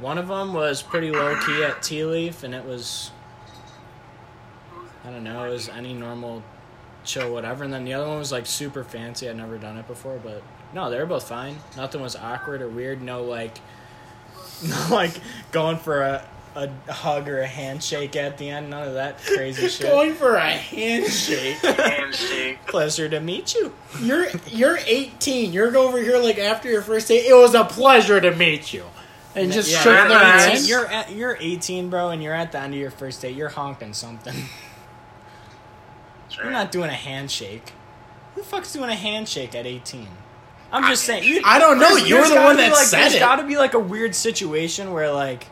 Speaker 2: One of them was pretty low key at Tea Leaf, and it was, I don't know, it was any normal, chill whatever. And then the other one was like super fancy. I'd never done it before, but no, they were both fine. Nothing was awkward or weird. No like, (laughs) no like going for a a hug or a handshake at the end. None of that (laughs) crazy shit.
Speaker 1: Going for a handshake.
Speaker 3: Handshake.
Speaker 2: Pleasure to meet you.
Speaker 1: you're you're 18. You're over here like after your first date. It was a pleasure to meet you, and just
Speaker 2: Yeah,
Speaker 1: shook
Speaker 2: you're
Speaker 1: their
Speaker 3: that's-
Speaker 1: hands.
Speaker 2: You're at, you're 18, bro, and you're at the end of your first date. You're honking something. (laughs)
Speaker 3: Sure.
Speaker 2: You're not doing a handshake. Who the fuck's doing a handshake at 18? I'm just saying. You,
Speaker 1: I don't know. You're
Speaker 2: there's
Speaker 1: the
Speaker 2: gotta
Speaker 1: one
Speaker 2: be,
Speaker 1: that
Speaker 2: like,
Speaker 1: said
Speaker 2: There's
Speaker 1: it.
Speaker 2: gotta be like a weird situation where like,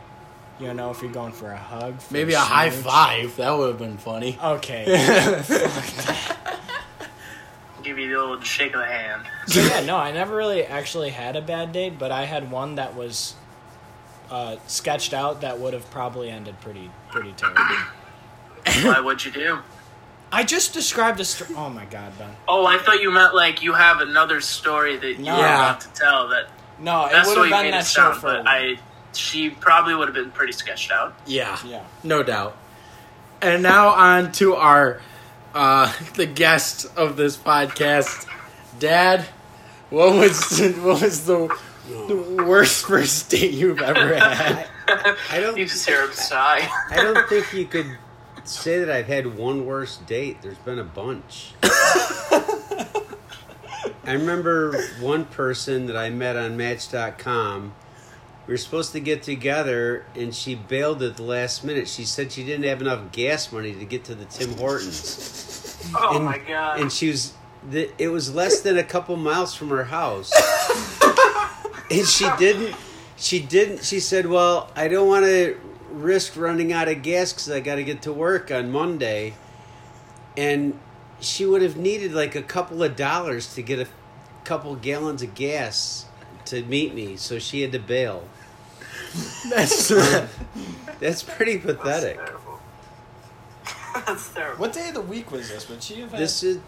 Speaker 2: you know, if you're going for a hug, for
Speaker 1: Maybe a high
Speaker 2: smooch.
Speaker 1: five. That would have been funny.
Speaker 2: Okay.
Speaker 1: (laughs)
Speaker 3: Give you the old shake of the hand.
Speaker 2: so yeah, no, I never really actually had a bad date, but I had one that was uh, sketched out that would have probably ended pretty pretty terribly.
Speaker 3: Why would you do?
Speaker 2: I just described a st- oh my god, Ben.
Speaker 3: Oh, I thought you meant like you have another story that you
Speaker 2: No.
Speaker 3: were
Speaker 1: Yeah.
Speaker 3: about to tell. That
Speaker 2: No, it
Speaker 3: that's
Speaker 2: would
Speaker 3: what
Speaker 2: have been
Speaker 3: you made
Speaker 2: that
Speaker 3: it
Speaker 2: show
Speaker 3: sound.
Speaker 2: for
Speaker 3: But I, she probably would have been pretty sketched out.
Speaker 1: Yeah.
Speaker 2: Yeah.
Speaker 1: No doubt. And now on to our uh (laughs) the guest of this podcast, Dad. What was (laughs) what was the, the worst first date you've ever had?
Speaker 4: I don't.
Speaker 3: You just hear him sigh.
Speaker 4: I don't think you could say that I've had one worse date. There's been a bunch. I remember one person that I met on Match.com. We were supposed to get together, and she bailed at the last minute. She said she didn't have enough gas money to get to the Tim Hortons,
Speaker 3: Oh
Speaker 4: and,
Speaker 3: my god.
Speaker 4: and she was. The, it was less than a couple miles from her house, and she didn't. She didn't. She said, "Well, I don't want to risk running out of gas because I got to get to work on Monday," and she would have needed like a couple of dollars to get a couple gallons of gas to meet me, so she had to bail.
Speaker 1: That's
Speaker 4: That's pretty pathetic.
Speaker 3: That's terrible. (laughs) That's terrible.
Speaker 2: What day of the week was this? Would she have had-
Speaker 4: This is.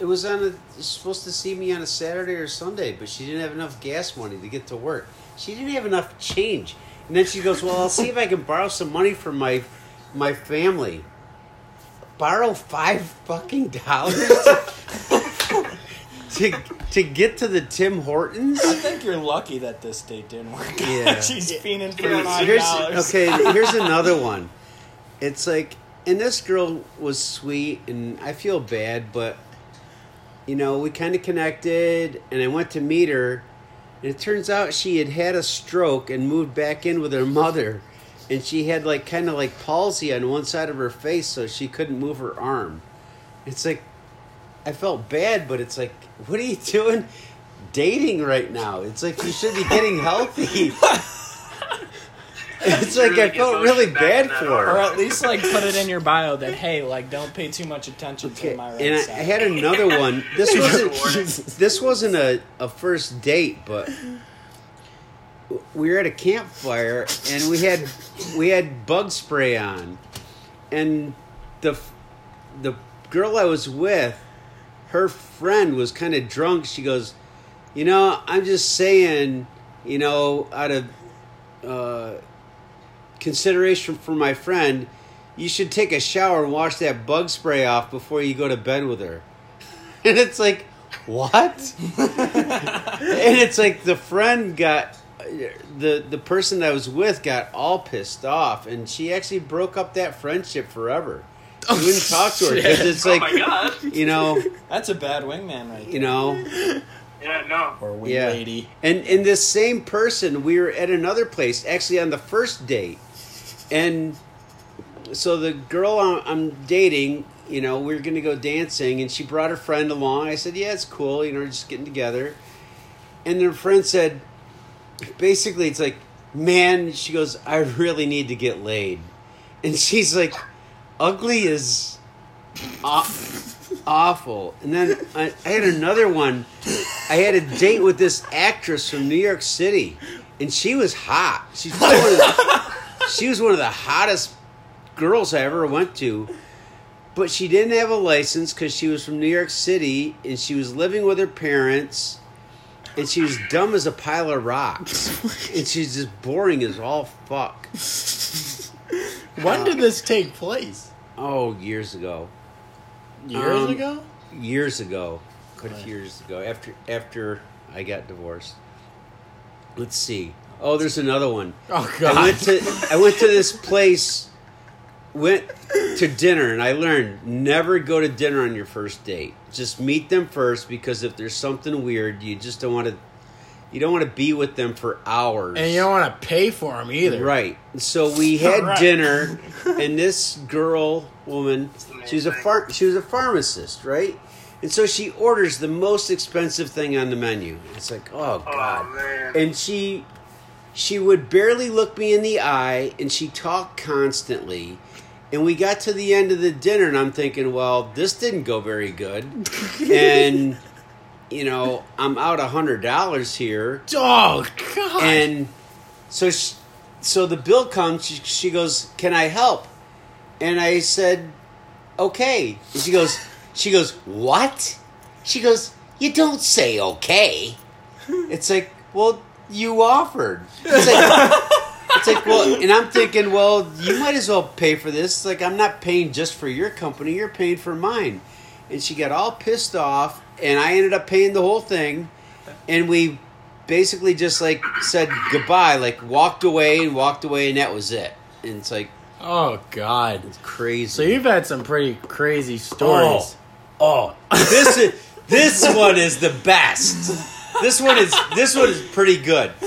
Speaker 4: It was on. A, it's supposed to see me on a Saturday or Sunday, but she didn't have enough gas money to get to work. She didn't have enough change, and then she goes, "Well, I'll see if I can borrow some money from my my family." Borrow five fucking dollars to (laughs) to get to the Tim Hortons.
Speaker 2: I think you're lucky that this date didn't work. out. (laughs)
Speaker 4: Yeah.
Speaker 2: She's fiending for
Speaker 3: Yeah,
Speaker 2: five
Speaker 4: here's
Speaker 2: dollars.
Speaker 4: okay. Here's another one. It's like, and this girl was sweet, and I feel bad, but you know, we kind of connected, and I went to meet her, and it turns out she had had a stroke and moved back in with her mother, and she had like kind of like palsy on one side of her face, so she couldn't move her arm. It's like, I felt bad, but it's like, what are you doing? Dating right now. It's like you should be
Speaker 3: (laughs)
Speaker 4: getting healthy. It's like I
Speaker 3: Really
Speaker 4: felt
Speaker 3: emotion
Speaker 4: really
Speaker 3: back
Speaker 4: bad
Speaker 3: in that
Speaker 4: for
Speaker 2: Or
Speaker 4: her.
Speaker 2: at least like put it in your bio that hey, like don't pay too much attention
Speaker 4: Okay,
Speaker 2: to my right
Speaker 4: and I,
Speaker 2: side.
Speaker 4: I had
Speaker 2: (laughs)
Speaker 4: another one. This wasn't
Speaker 3: Jesus.
Speaker 4: this wasn't a, a first date, but we were at a campfire and we had we had bug spray on, and the the girl I was with, her friend was kind of drunk. She goes, you know, I'm just saying, you know, out of uh, consideration for my friend, you should take a shower and wash that bug spray off before you go to bed with her. (laughs) And it's like,
Speaker 3: (laughs)
Speaker 4: what? and it's like the friend got the the person that I was with got all pissed off, and she actually broke up that
Speaker 3: (laughs)
Speaker 4: friendship forever. You wouldn't talk to her because it's
Speaker 3: Oh
Speaker 4: like,
Speaker 3: my god.
Speaker 4: you know,
Speaker 2: That's a bad wingman (laughs) right there.
Speaker 4: you know.
Speaker 3: Yeah, no.
Speaker 2: Or wing
Speaker 4: Yeah.
Speaker 2: lady.
Speaker 4: And and this same person, we were at another place, actually on the first date, and so the girl I'm, I'm dating, you know, we were going to go dancing, and she brought her friend along. I said, "Yeah, it's cool, you know, we're just getting together." And her friend said, basically, it's like, "Man," she goes, "I really need to get laid," and she's like, "Ugly is." aw- Awful, and then I, I had another one. I had a date with this actress from New York City, and she was hot. She's one of the- she was one of the hottest girls I ever went to, but she didn't have a license because she was from New York City and she was living with her parents, and she was dumb as a pile of rocks, and she's just boring as all fuck.
Speaker 1: when
Speaker 4: Um,
Speaker 1: did this take place?
Speaker 4: Oh, years ago,
Speaker 1: Years
Speaker 4: Um,
Speaker 1: ago?
Speaker 4: years ago, quite a few years ago, after after I got divorced. Let's see. Oh, there's another one.
Speaker 1: Oh
Speaker 4: I went to I went to this place, went to dinner, and I learned never go to dinner on your first date. Just meet them first because if there's something weird, you just don't want to. You don't want to be with them for hours.
Speaker 1: and you don't want to pay for them either.
Speaker 4: Right. So we had
Speaker 1: Right.
Speaker 4: dinner, and this girl, woman, she was a far- she was a pharmacist, right? And so she orders the most expensive thing on the menu. It's like, oh god.
Speaker 3: man.
Speaker 4: And she she would barely look me in the eye, and she talked constantly. And we got to the end of the dinner, and I'm thinking, well, this didn't go very good, and you know, I'm out a hundred dollars here
Speaker 1: Oh god.
Speaker 4: and so she, so the bill comes she, she goes can i help and i said okay and she goes she goes what she goes you don't say okay it's like well you offered it's like, it's like well and i'm thinking well you might as well pay for this It's like i'm not paying just for your company you're paying for mine and she got all pissed off and i ended up paying the whole thing and we basically just like said goodbye, like walked away and walked away, and that was it. And it's like
Speaker 1: oh god.
Speaker 4: crazy.
Speaker 1: So you've had some pretty crazy stories.
Speaker 4: Oh, oh. (laughs) this is this one is the best. This one is this one is pretty good.
Speaker 3: We're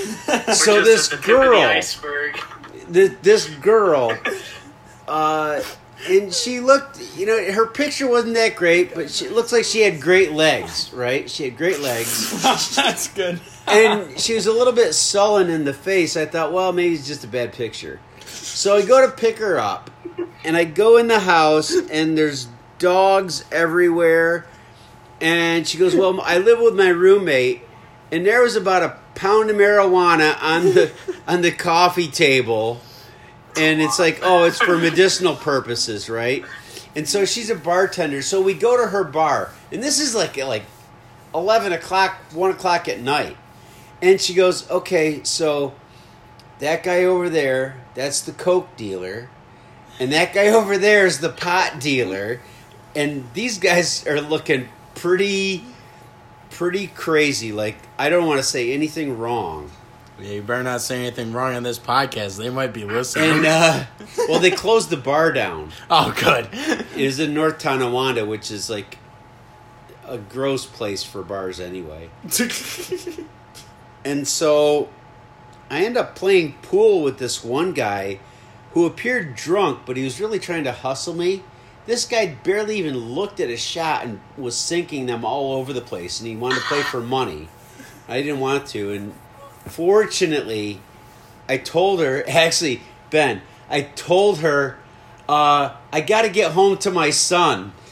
Speaker 4: So
Speaker 3: just
Speaker 4: this
Speaker 3: at the tip of the
Speaker 4: girl,
Speaker 3: iceberg.
Speaker 4: this, this girl, uh, and she looked, you know, her picture wasn't that great, but she it looks like she had great legs, right? She had great legs,
Speaker 2: That's good.
Speaker 4: and she was a little bit sullen in the face. I thought, well, maybe it's just a bad picture. So I go to pick her up, and I go in the house, and there's dogs everywhere. And she goes, well, I live with my roommate, and there was about a pound of marijuana on the on the coffee table and it's like, oh, it's for medicinal purposes, right? And so she's a bartender. So we go to her bar, and this is like like eleven o'clock, one o'clock at night. And she goes, okay, so that guy over there, that's the coke dealer, and that guy (laughs) over there is the pot dealer, and these guys are looking pretty, pretty crazy. Like I don't want to say anything wrong.
Speaker 1: Yeah, you better not say anything wrong on this podcast. They might be listening.
Speaker 4: And uh, (laughs) well, they closed the bar down.
Speaker 1: (laughs) oh, (laughs) good.
Speaker 4: It is in North Tonawanda, which is like a gross place for bars anyway. And so I end up playing pool with this one guy who appeared drunk, but he was really trying to hustle me. This guy barely even looked at a shot and was sinking them all over the place, and he wanted to play for money. I didn't want to, and fortunately, I told her, (laughs) actually, Ben, I told her, uh, I got to get home to my son. (laughs)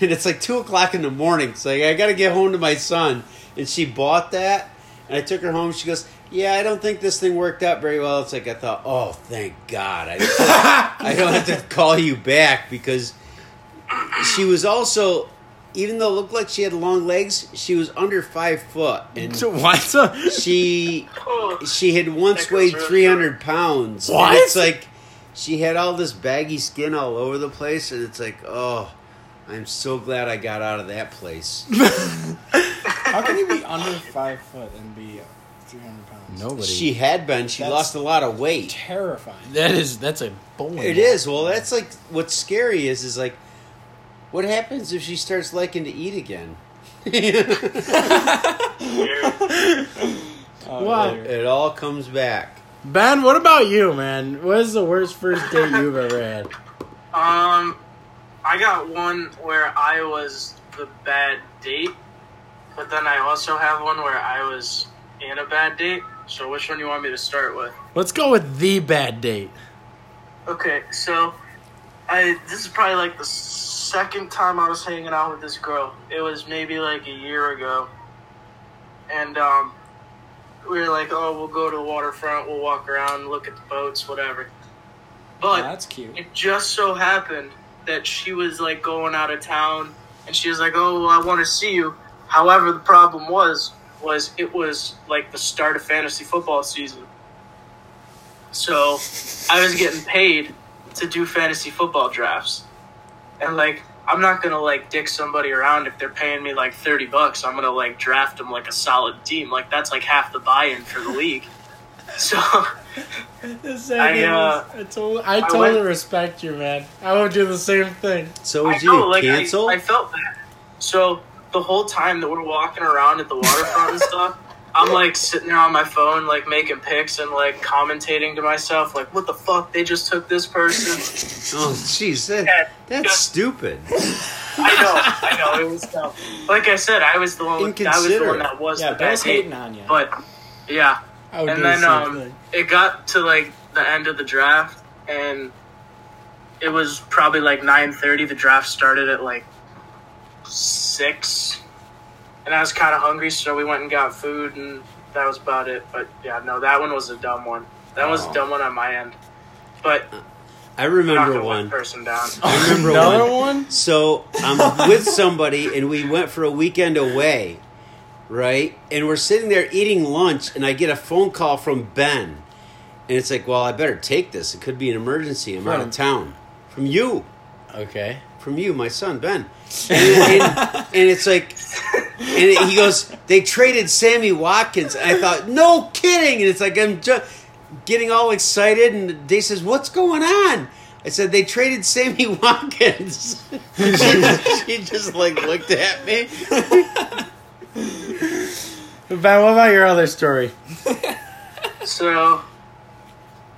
Speaker 4: And it's like 2 o'clock in the morning. So I got to get home to my son. And she bought that. And I took her home. She goes, Yeah, I don't think this thing worked out very well. It's like, I thought, Oh, thank God. I, I don't have to call you back because she was also, even though it looked like she had long legs, she was under five foot. And
Speaker 1: So What's up?
Speaker 4: she
Speaker 3: (laughs) Oh,
Speaker 4: she had once
Speaker 3: That goes
Speaker 4: weighed
Speaker 3: really
Speaker 4: 300 pounds. and
Speaker 1: What?
Speaker 4: it's like she had all this baggy skin all over the place, and it's like, oh, I'm so glad I got out of
Speaker 1: (laughs)
Speaker 4: that place.
Speaker 2: How can you be under five foot and be three hundred pounds?
Speaker 1: Nobody.
Speaker 4: she had been. She
Speaker 2: That's-
Speaker 4: lost a lot of weight.
Speaker 2: Terrifying.
Speaker 1: That is. That's a bowling.
Speaker 4: It
Speaker 1: ball.
Speaker 4: is. Well, that's like what's scary is is like, what happens if she starts liking to eat again? (laughs)
Speaker 3: weird.
Speaker 2: Oh,
Speaker 1: Wow.
Speaker 2: dear.
Speaker 4: it all comes back.
Speaker 1: Ben, what about you, man? What is the worst first date you've ever had?
Speaker 3: Um, I got one where I was the bad date, but then I also have one where I was in a bad date. So which one do you want me to start with?
Speaker 1: Let's go with the bad date.
Speaker 3: Okay, so I this is probably like the second time I was hanging out with this girl. It was maybe like a year ago, and um, we were like, "Oh, we'll go to the waterfront. We'll walk around, look at the boats, whatever."
Speaker 2: Oh,
Speaker 3: But
Speaker 2: that's cute.
Speaker 3: it just so happened that she was like going out of town and she was like oh well, i want to see you however the problem was was it was like the start of fantasy football season so i was getting paid to do fantasy football drafts and like i'm not gonna like dick somebody around if they're paying me like 30 bucks i'm gonna like draft them like a solid team like that's like half the buy-in for the league so I, uh,
Speaker 1: I told, I
Speaker 3: I
Speaker 1: totally
Speaker 3: went-
Speaker 1: respect you, man. I would do the same thing.
Speaker 4: So would
Speaker 3: I know,
Speaker 4: you
Speaker 3: like, I-
Speaker 4: cancel?
Speaker 3: I, felt bad. So the whole time that we're walking around at the waterfront and stuff, I'm like sitting there on my phone, like making pics and like commentating to myself, like, what the fuck? They just took this person.
Speaker 4: oh,
Speaker 3: (laughs)
Speaker 4: jeez,
Speaker 3: Yeah.
Speaker 4: that, that's stupid.
Speaker 3: I know, I know. It was dumb. Like I said, I was the one. With, I was the one
Speaker 4: Inconsiderate.
Speaker 3: that was
Speaker 2: Yeah,
Speaker 3: the bad
Speaker 2: Ben's hating
Speaker 3: date.
Speaker 2: on you.
Speaker 3: But yeah,
Speaker 1: I
Speaker 4: Oh,
Speaker 1: would do
Speaker 3: and
Speaker 1: the
Speaker 3: then
Speaker 1: same
Speaker 3: um,
Speaker 1: thing.
Speaker 3: it got to like the end of the draft, and it was probably like nine thirty. The draft started at like six, and I was kind of hungry, so we went and got food, and that was about it. But yeah, no, that one was a dumb one. That was
Speaker 4: Oh.
Speaker 3: a dumb one on my end, but
Speaker 4: I
Speaker 3: knocked
Speaker 4: remember
Speaker 3: one.
Speaker 4: one.
Speaker 3: person down.
Speaker 4: I remember
Speaker 1: Another
Speaker 4: one.
Speaker 1: one?
Speaker 4: So I'm with somebody, and we went for a weekend away, right? And we're sitting there eating lunch, and I get a phone call from Ben, and it's like, "Well, I better take this. It could be an emergency. I'm out
Speaker 1: Huh.
Speaker 4: of town." From you,
Speaker 1: Okay.
Speaker 4: from you, my son Ben, and, and, and it's like, and he goes, "They traded Sammy Watkins." And I thought, "No kidding!" And it's like I'm just getting all excited, and Dave says, "What's going on?" I said, "They traded Sammy (laughs) Watkins." she, just, she just like looked at me.
Speaker 1: Ben, what about your other story?
Speaker 3: So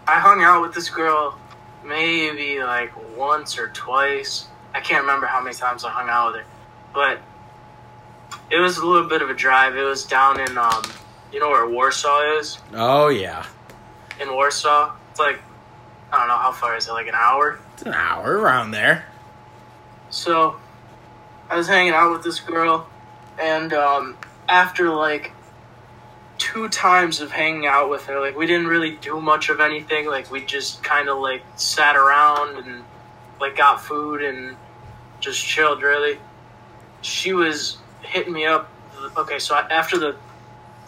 Speaker 3: I hung out with this girl maybe like once or twice. I can't remember how many times I hung out with her, but it was a little bit of a drive. It was down in um, you know where Warsaw is
Speaker 1: Oh yeah,
Speaker 3: in Warsaw. It's like I don't know how far is it, like an hour.
Speaker 1: it's an hour around there.
Speaker 3: So I was hanging out with this girl, and um, after like two times of hanging out with her, like we didn't really do much of anything. Like we just kind of like sat around and like got food and just chilled. Really, she was hitting me up. Okay, so I, after the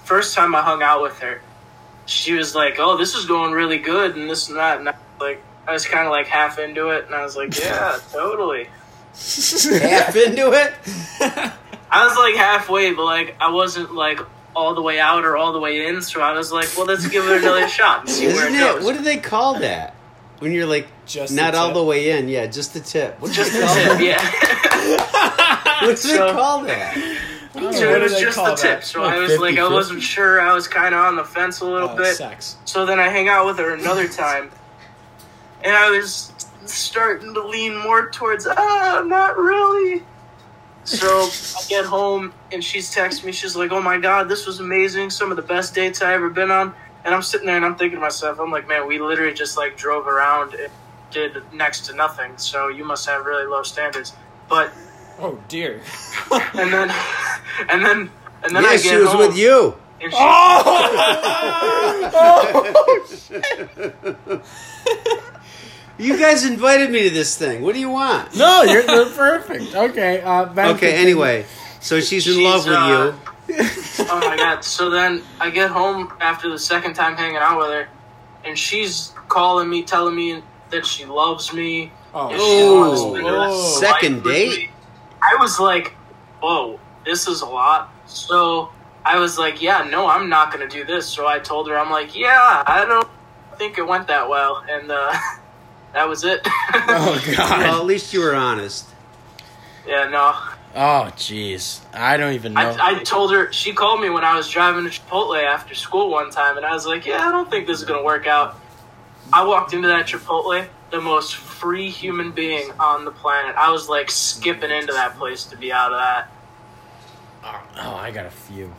Speaker 3: first time I hung out with her, she was like, "Oh, this is going really good," and this and that, and I, like I was kind of like half into it, and I was like, "Yeah, totally."
Speaker 4: Half into it.
Speaker 3: I was like halfway, but like I wasn't like all the way out or all the way in, so I was like, well, let's give it
Speaker 4: (laughs)
Speaker 3: another shot and see where
Speaker 4: Isn't
Speaker 3: it
Speaker 4: it?
Speaker 3: goes. (laughs)
Speaker 4: What do they call that? When you're like
Speaker 2: Just
Speaker 4: not
Speaker 2: the
Speaker 4: all
Speaker 2: tip.
Speaker 4: the way in, yeah, just the tip. What do
Speaker 3: Just
Speaker 4: they
Speaker 3: the
Speaker 4: call
Speaker 3: tip,
Speaker 4: that?
Speaker 3: yeah.
Speaker 4: What do they
Speaker 3: So-
Speaker 4: call that?
Speaker 2: I don't know,
Speaker 3: so
Speaker 2: what
Speaker 3: it
Speaker 2: do
Speaker 3: was
Speaker 2: they
Speaker 3: just
Speaker 2: call
Speaker 3: the
Speaker 2: that?
Speaker 3: tip, so
Speaker 1: Like
Speaker 3: I was like, I
Speaker 1: 50-50?
Speaker 3: wasn't sure. I was kind of on the fence a little
Speaker 4: Oh,
Speaker 2: Uh,
Speaker 3: bit.
Speaker 2: sex.
Speaker 3: So then I hang out with her another time, and I was starting to lean more towards, ah, not really. So I get home, and she's texting me. She's like, oh my God, this was amazing. Some of the best dates I ever been on. And I'm sitting there and I'm thinking to myself, I'm like, man, we literally just like drove around and did next to nothing. So you must have really low standards. But,
Speaker 2: Oh (laughs) dear.
Speaker 3: and then, (laughs) and then, and then I
Speaker 4: yeah,
Speaker 3: get
Speaker 4: she was
Speaker 3: home,
Speaker 4: with you.
Speaker 3: And she,
Speaker 2: Oh,
Speaker 4: You guys invited me to this thing. What do you
Speaker 1: (laughs)
Speaker 4: want?
Speaker 1: No, you're, you're perfect. Okay, uh, back
Speaker 4: Okay,
Speaker 1: to-
Speaker 4: anyway, so she's in
Speaker 3: She's,
Speaker 4: love with
Speaker 3: uh,
Speaker 4: you.
Speaker 3: oh my god so then i get home after the second time hanging out with her and she's calling me telling me that she loves me
Speaker 2: Oh,
Speaker 3: and she wants to
Speaker 4: Ooh.
Speaker 3: spend the rest of her
Speaker 4: Second
Speaker 3: life with
Speaker 4: date?
Speaker 3: me. i was like whoa this is a lot so i was like yeah no i'm not gonna do this so i told her i'm like yeah i don't think it went that well and uh (laughs) that was it (laughs)
Speaker 1: Oh
Speaker 4: (coughs) Well,
Speaker 1: god.
Speaker 4: (laughs) at least you were honest.
Speaker 3: yeah no
Speaker 1: Oh jeez, I don't even know.
Speaker 3: I, I told her she called me when I was driving to Chipotle after school one time, and I was like, "Yeah, I don't think this is gonna work out." I walked into that Chipotle, the most free human being on the planet. I was like skipping into that place to be out of that.
Speaker 1: oh, I got a few.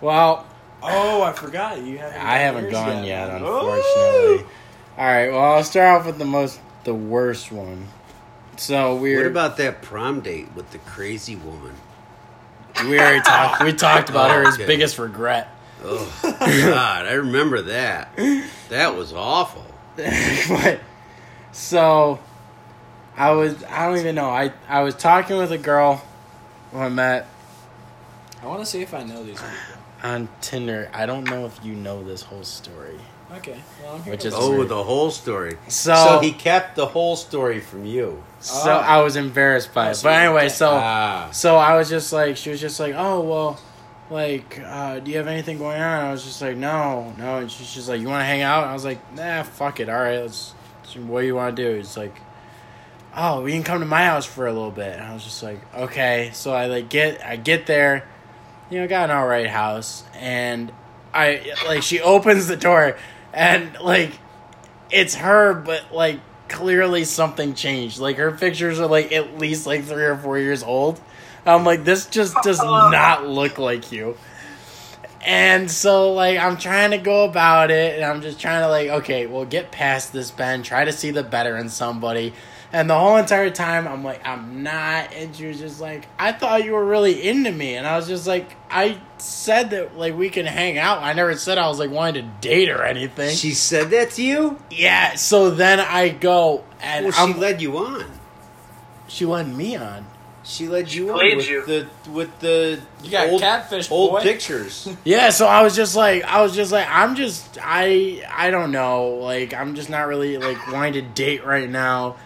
Speaker 1: Well,
Speaker 2: Oh, I forgot you haven't.
Speaker 1: I haven't
Speaker 2: yours
Speaker 1: gone yet,
Speaker 2: Oh!
Speaker 1: unfortunately. All right. Well, I'll start off with the most, the worst one. So we're
Speaker 4: What about that prom date with the crazy woman?
Speaker 1: we already talked. We talked about her as
Speaker 4: Okay.
Speaker 1: biggest regret. (laughs)
Speaker 4: Oh God, I remember that. That was awful.
Speaker 1: (laughs) but so I was I don't even know. I I was talking with a girl who I met
Speaker 2: I want to see if I know these people.
Speaker 1: on Tinder. I don't know if you know this whole story.
Speaker 2: Okay, well I'm here.
Speaker 1: Which
Speaker 2: for
Speaker 1: is-
Speaker 2: that.
Speaker 4: oh,
Speaker 1: weird.
Speaker 4: the whole story.
Speaker 1: So-
Speaker 4: he kept the whole story from you.
Speaker 1: So
Speaker 2: Oh.
Speaker 1: I was embarrassed by
Speaker 2: I
Speaker 1: it.
Speaker 2: see
Speaker 1: But
Speaker 2: what you
Speaker 1: anyway,
Speaker 2: did.
Speaker 1: so
Speaker 4: Ah,
Speaker 1: so I was just like she was just like, "Oh, well, like uh, do you have anything going on?" I was just like, "No, no." And she's just like, "You want to hang out?" I was like, "Nah, fuck it. All right, let's what do you want to do?" It's like oh, we can come to my house for a little bit. And I was just like, okay. So I like get I get there, you know, got an all right house, and I like she opens the door, and like it's her, but like clearly something changed. Like her pictures are like at least like three or four years old. I'm like, this just does not look like you. And so, like, I'm trying to go about it, and I'm just trying to, like, okay, well, get past this, Ben. Try to see the better in somebody. And the whole entire time, I'm like, I'm not. And she was just like, I thought you were really into me. And I was just like, I said that, like, we can hang out. I never said I was, like, wanting to date or anything.
Speaker 4: she said that to you.
Speaker 1: yeah, so then I go, and
Speaker 4: Well,
Speaker 1: I'm-
Speaker 4: she led you on.
Speaker 1: she led me on.
Speaker 4: She led you on
Speaker 3: played
Speaker 4: with
Speaker 3: you.
Speaker 4: the with the
Speaker 2: You got
Speaker 4: old,
Speaker 2: catfish,
Speaker 4: old
Speaker 1: (laughs)
Speaker 2: boy.
Speaker 4: pictures.
Speaker 1: Yeah, so I was just like, I was just like, I'm just, I, I don't know, like, I'm just not really like wanting to date right now,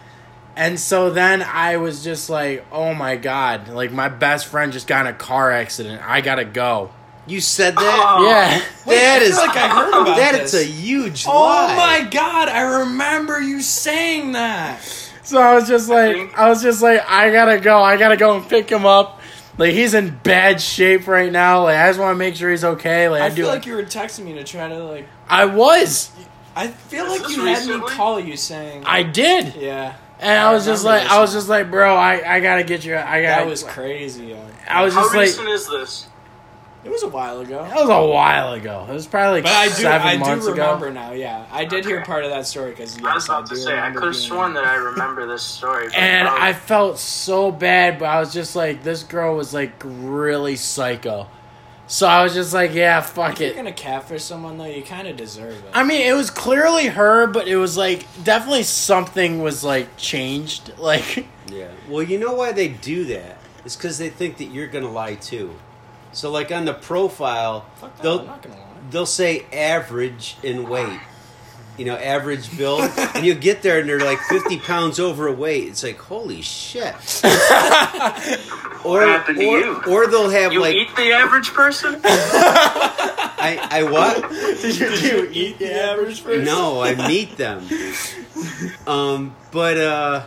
Speaker 1: and so then I was just like, oh my god, like my best friend just got in a car accident, I gotta go.
Speaker 4: You said that.
Speaker 3: Oh.
Speaker 1: Yeah,
Speaker 4: that
Speaker 2: I
Speaker 4: is
Speaker 2: feel like I heard about
Speaker 4: that
Speaker 2: this.
Speaker 4: is a huge
Speaker 2: Oh
Speaker 4: lie.
Speaker 2: my god! I remember you saying that.
Speaker 1: (laughs) so I was just like, I was just like, I gotta go, I gotta go and pick him up. Like he's in bad shape right now. Like I just want to make sure he's okay. Like I,
Speaker 2: I,
Speaker 1: do.
Speaker 2: feel like you were texting me to try to like.
Speaker 1: I was.
Speaker 2: I feel
Speaker 3: Is
Speaker 2: like
Speaker 3: this
Speaker 2: you had
Speaker 3: recently?
Speaker 2: me call you saying.
Speaker 1: I did,
Speaker 2: yeah.
Speaker 1: and I was just
Speaker 2: remember
Speaker 1: like,
Speaker 2: this.
Speaker 1: I was just like, bro, I, I gotta get you. I got.
Speaker 2: That was crazy. yo.
Speaker 1: I was
Speaker 3: How
Speaker 1: just like,
Speaker 3: recent is this?
Speaker 2: It was a while ago.
Speaker 1: that was a while ago. It was probably like
Speaker 2: But I do,
Speaker 1: seven
Speaker 2: I
Speaker 1: months
Speaker 2: do remember
Speaker 1: ago.
Speaker 2: now. Yeah, I did hear part of that story because yes,
Speaker 3: I was about
Speaker 2: do
Speaker 3: to say I
Speaker 2: remember
Speaker 3: could have
Speaker 2: being
Speaker 3: sworn that I remember this story. But
Speaker 1: And
Speaker 3: probably-
Speaker 1: I felt so bad, but I was just like, this girl was like really psycho. So I was just like, yeah, fuck
Speaker 2: If
Speaker 1: it.
Speaker 2: you're gonna catfish someone though, you kind of deserve it.
Speaker 1: I mean, it was clearly her, but it was like definitely something was like changed. (laughs) Like,
Speaker 4: Yeah. Well, you know why they do that? It's because they think that you're going to lie too. So, like on the profile,
Speaker 2: Fuck that, I'm
Speaker 4: they'll,
Speaker 2: not gonna lie.
Speaker 4: they'll say average in weight, you know, average
Speaker 2: (laughs)
Speaker 4: build. and you get there and they're like 50 pounds overweight. It's like,
Speaker 2: (laughs)
Speaker 4: holy shit. or,
Speaker 3: What happened to
Speaker 4: or,
Speaker 3: you?
Speaker 4: or they'll have
Speaker 3: you
Speaker 4: like,
Speaker 3: eat the average
Speaker 1: (laughs)
Speaker 3: person?
Speaker 4: I, I what?
Speaker 2: (laughs)
Speaker 1: did you, eat the average person?
Speaker 4: No, I meet them. Um, but uh,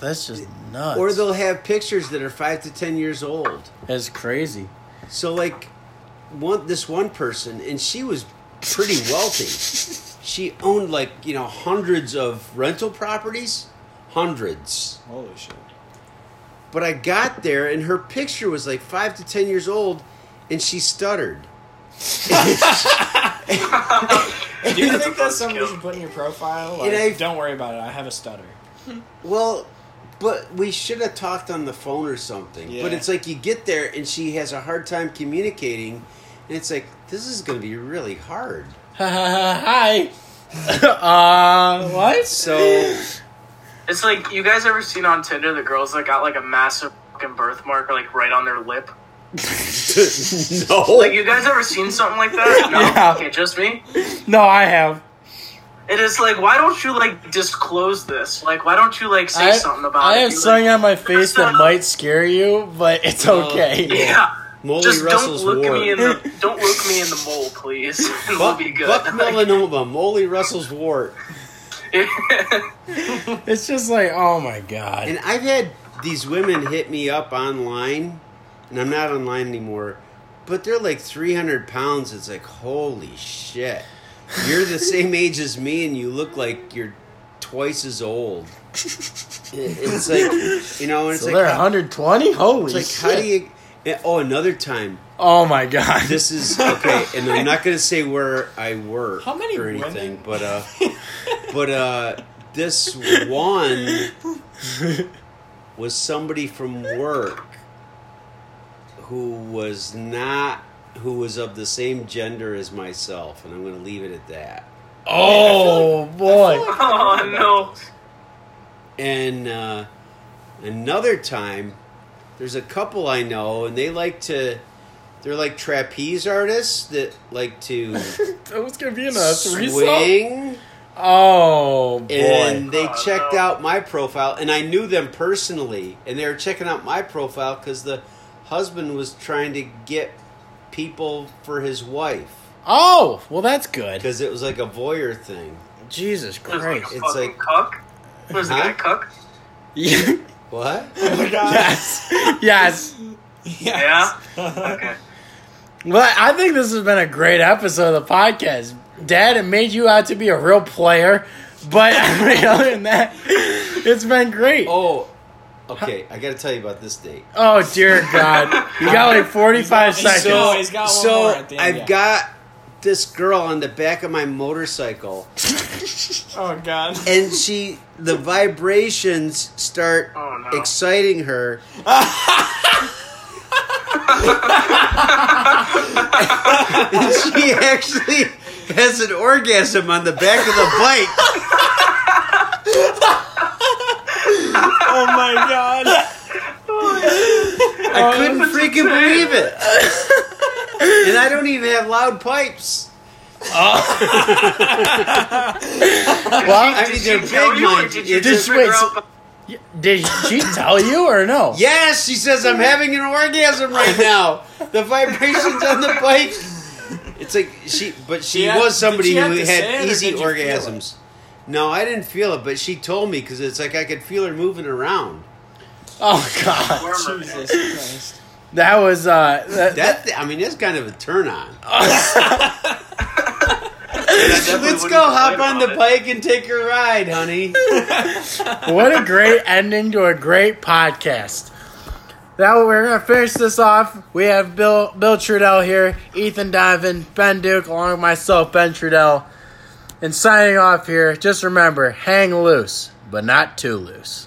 Speaker 1: That's just nuts.
Speaker 4: or they'll have pictures that are five to ten years old.
Speaker 1: That's crazy. (laughs)
Speaker 4: So like, one this one person, and she was pretty wealthy. she owned like you know hundreds of rental properties, hundreds.
Speaker 2: Holy shit!
Speaker 4: But I got there, and her picture was like five to ten years old, and she stuttered.
Speaker 2: Do you think (laughs) that's something you
Speaker 3: Kill.
Speaker 2: should put in your profile?
Speaker 4: And
Speaker 2: Like,
Speaker 4: I-
Speaker 2: don't worry about it. I have a stutter.
Speaker 4: Well, but we should have talked on the phone or something.
Speaker 2: Yeah.
Speaker 4: But it's like you get there and she has a hard time communicating, and it's like this is going to be really hard.
Speaker 1: Hi. (laughs) uh, what?
Speaker 4: So
Speaker 3: It's like you guys ever seen on Tinder the girls that got like a massive fucking birthmark like right on their lip?
Speaker 4: no,
Speaker 1: (laughs)
Speaker 3: Like you guys ever seen something like that? No,
Speaker 1: Yeah.
Speaker 3: okay, just me.
Speaker 1: No, I have.
Speaker 3: It is like why don't you like disclose this? Like why don't you like say
Speaker 1: I,
Speaker 3: something about
Speaker 1: I
Speaker 3: it?
Speaker 1: have
Speaker 3: Be
Speaker 1: something
Speaker 3: like,
Speaker 1: on my face that might scare you, but it's
Speaker 4: (laughs)
Speaker 1: okay.
Speaker 3: yeah.
Speaker 4: Molly
Speaker 3: Just
Speaker 4: Russell's
Speaker 3: don't look
Speaker 4: ward.
Speaker 3: me in the don't look me in the mole, please. (laughs) And we'll
Speaker 4: Buck,
Speaker 3: be good.
Speaker 4: Buck melanoma, Molly Russell's wart,
Speaker 1: It's just like, oh my god.
Speaker 4: and I've had these women hit me up online, and I'm not online anymore. But they're like 300 pounds. It's like holy shit. You're the same (laughs) age as me, and you look like you're twice
Speaker 1: (laughs)
Speaker 4: as old. It- It's like you know, and it's
Speaker 1: So they're
Speaker 4: like, how,
Speaker 1: 120. Holy
Speaker 4: it's like
Speaker 1: shit.
Speaker 4: how do you? and- Oh, another time.
Speaker 1: Oh my god.
Speaker 4: This is okay, and I'm not gonna say where I work
Speaker 2: How many
Speaker 4: or anything,
Speaker 2: women?
Speaker 4: but uh, but uh, this one was somebody from work who was not who was of the same gender as myself, and I'm gonna leave it at that.
Speaker 1: (laughs) oh boy.
Speaker 3: (laughs) oh no.
Speaker 4: And uh, another time, there's a couple I know, and they like to. They're like trapeze artists that like to
Speaker 1: that was gonna be in a threesome.
Speaker 4: swing.
Speaker 1: Oh boy.
Speaker 4: and they
Speaker 3: Oh,
Speaker 4: checked
Speaker 3: no.
Speaker 4: out my profile and i knew them personally and they were checking out my profile because the husband was trying to get people for his wife
Speaker 1: oh well, that's good.
Speaker 4: because it was like a voyeur thing
Speaker 1: Jesus
Speaker 3: It was like
Speaker 1: Christ. (laughs)
Speaker 3: a
Speaker 4: It's
Speaker 3: fucking
Speaker 4: like-
Speaker 3: cuck. Was the guy
Speaker 4: Huh?
Speaker 3: cuck?
Speaker 4: what
Speaker 2: (laughs)
Speaker 1: yes. Yes.
Speaker 4: (laughs)
Speaker 3: Yeah. Okay.
Speaker 1: Well, I think this has been a great episode of the podcast. Dad, it made you out to be a real player, but (laughs) I mean, other than that, it's been great. Oh,
Speaker 4: oh okay i gotta tell you about this date
Speaker 1: dear God. You got like 45
Speaker 2: He's got- he's
Speaker 1: seconds.
Speaker 2: got- Oh,
Speaker 4: (laughs)
Speaker 2: he's got one
Speaker 4: so
Speaker 2: more at the end,
Speaker 4: i've
Speaker 2: yeah.
Speaker 4: got this girl on the back of my motorcycle
Speaker 2: Oh god! (laughs)
Speaker 4: and she the vibrations start
Speaker 3: Oh, no.
Speaker 4: exciting her and she actually has an orgasm on the back of the bike
Speaker 2: Oh my god!
Speaker 3: Oh,
Speaker 4: i couldn't freaking believe it and i don't even have loud pipes
Speaker 1: Well,
Speaker 4: i mean they're
Speaker 3: Did she tell
Speaker 4: big
Speaker 3: you, or
Speaker 4: mind
Speaker 3: did you
Speaker 4: It's
Speaker 3: just
Speaker 4: just-
Speaker 1: wait,
Speaker 3: figure
Speaker 1: so-
Speaker 3: out-
Speaker 1: did she tell you or no?
Speaker 4: yes she says i'm having an
Speaker 2: (laughs)
Speaker 4: orgasm right now the vibrations on the bike it's like she but she
Speaker 2: She had-
Speaker 4: was somebody
Speaker 2: did she
Speaker 4: who
Speaker 2: have to say it,
Speaker 4: had
Speaker 2: or
Speaker 4: easy
Speaker 2: did you feel it?
Speaker 4: orgasms no i didn't feel it but she told me because it's like i could feel her moving around
Speaker 1: Oh, God.
Speaker 3: Wormer man.
Speaker 2: Jesus Christ!
Speaker 1: That was, uh, that,
Speaker 4: That I mean, that's kind of a turn on.
Speaker 3: definitely
Speaker 4: Let's
Speaker 3: wouldn't
Speaker 4: go hop
Speaker 3: complain
Speaker 4: on the
Speaker 3: about it.
Speaker 4: bike and take a ride, honey.
Speaker 1: What a great ending to a great podcast. Now we're gonna finish this off. We have Bill Bill Trudell here, Ethan Donovan, Ben Duke, along with myself, Ben Trudell. And signing off here, just remember, hang loose, but not too loose.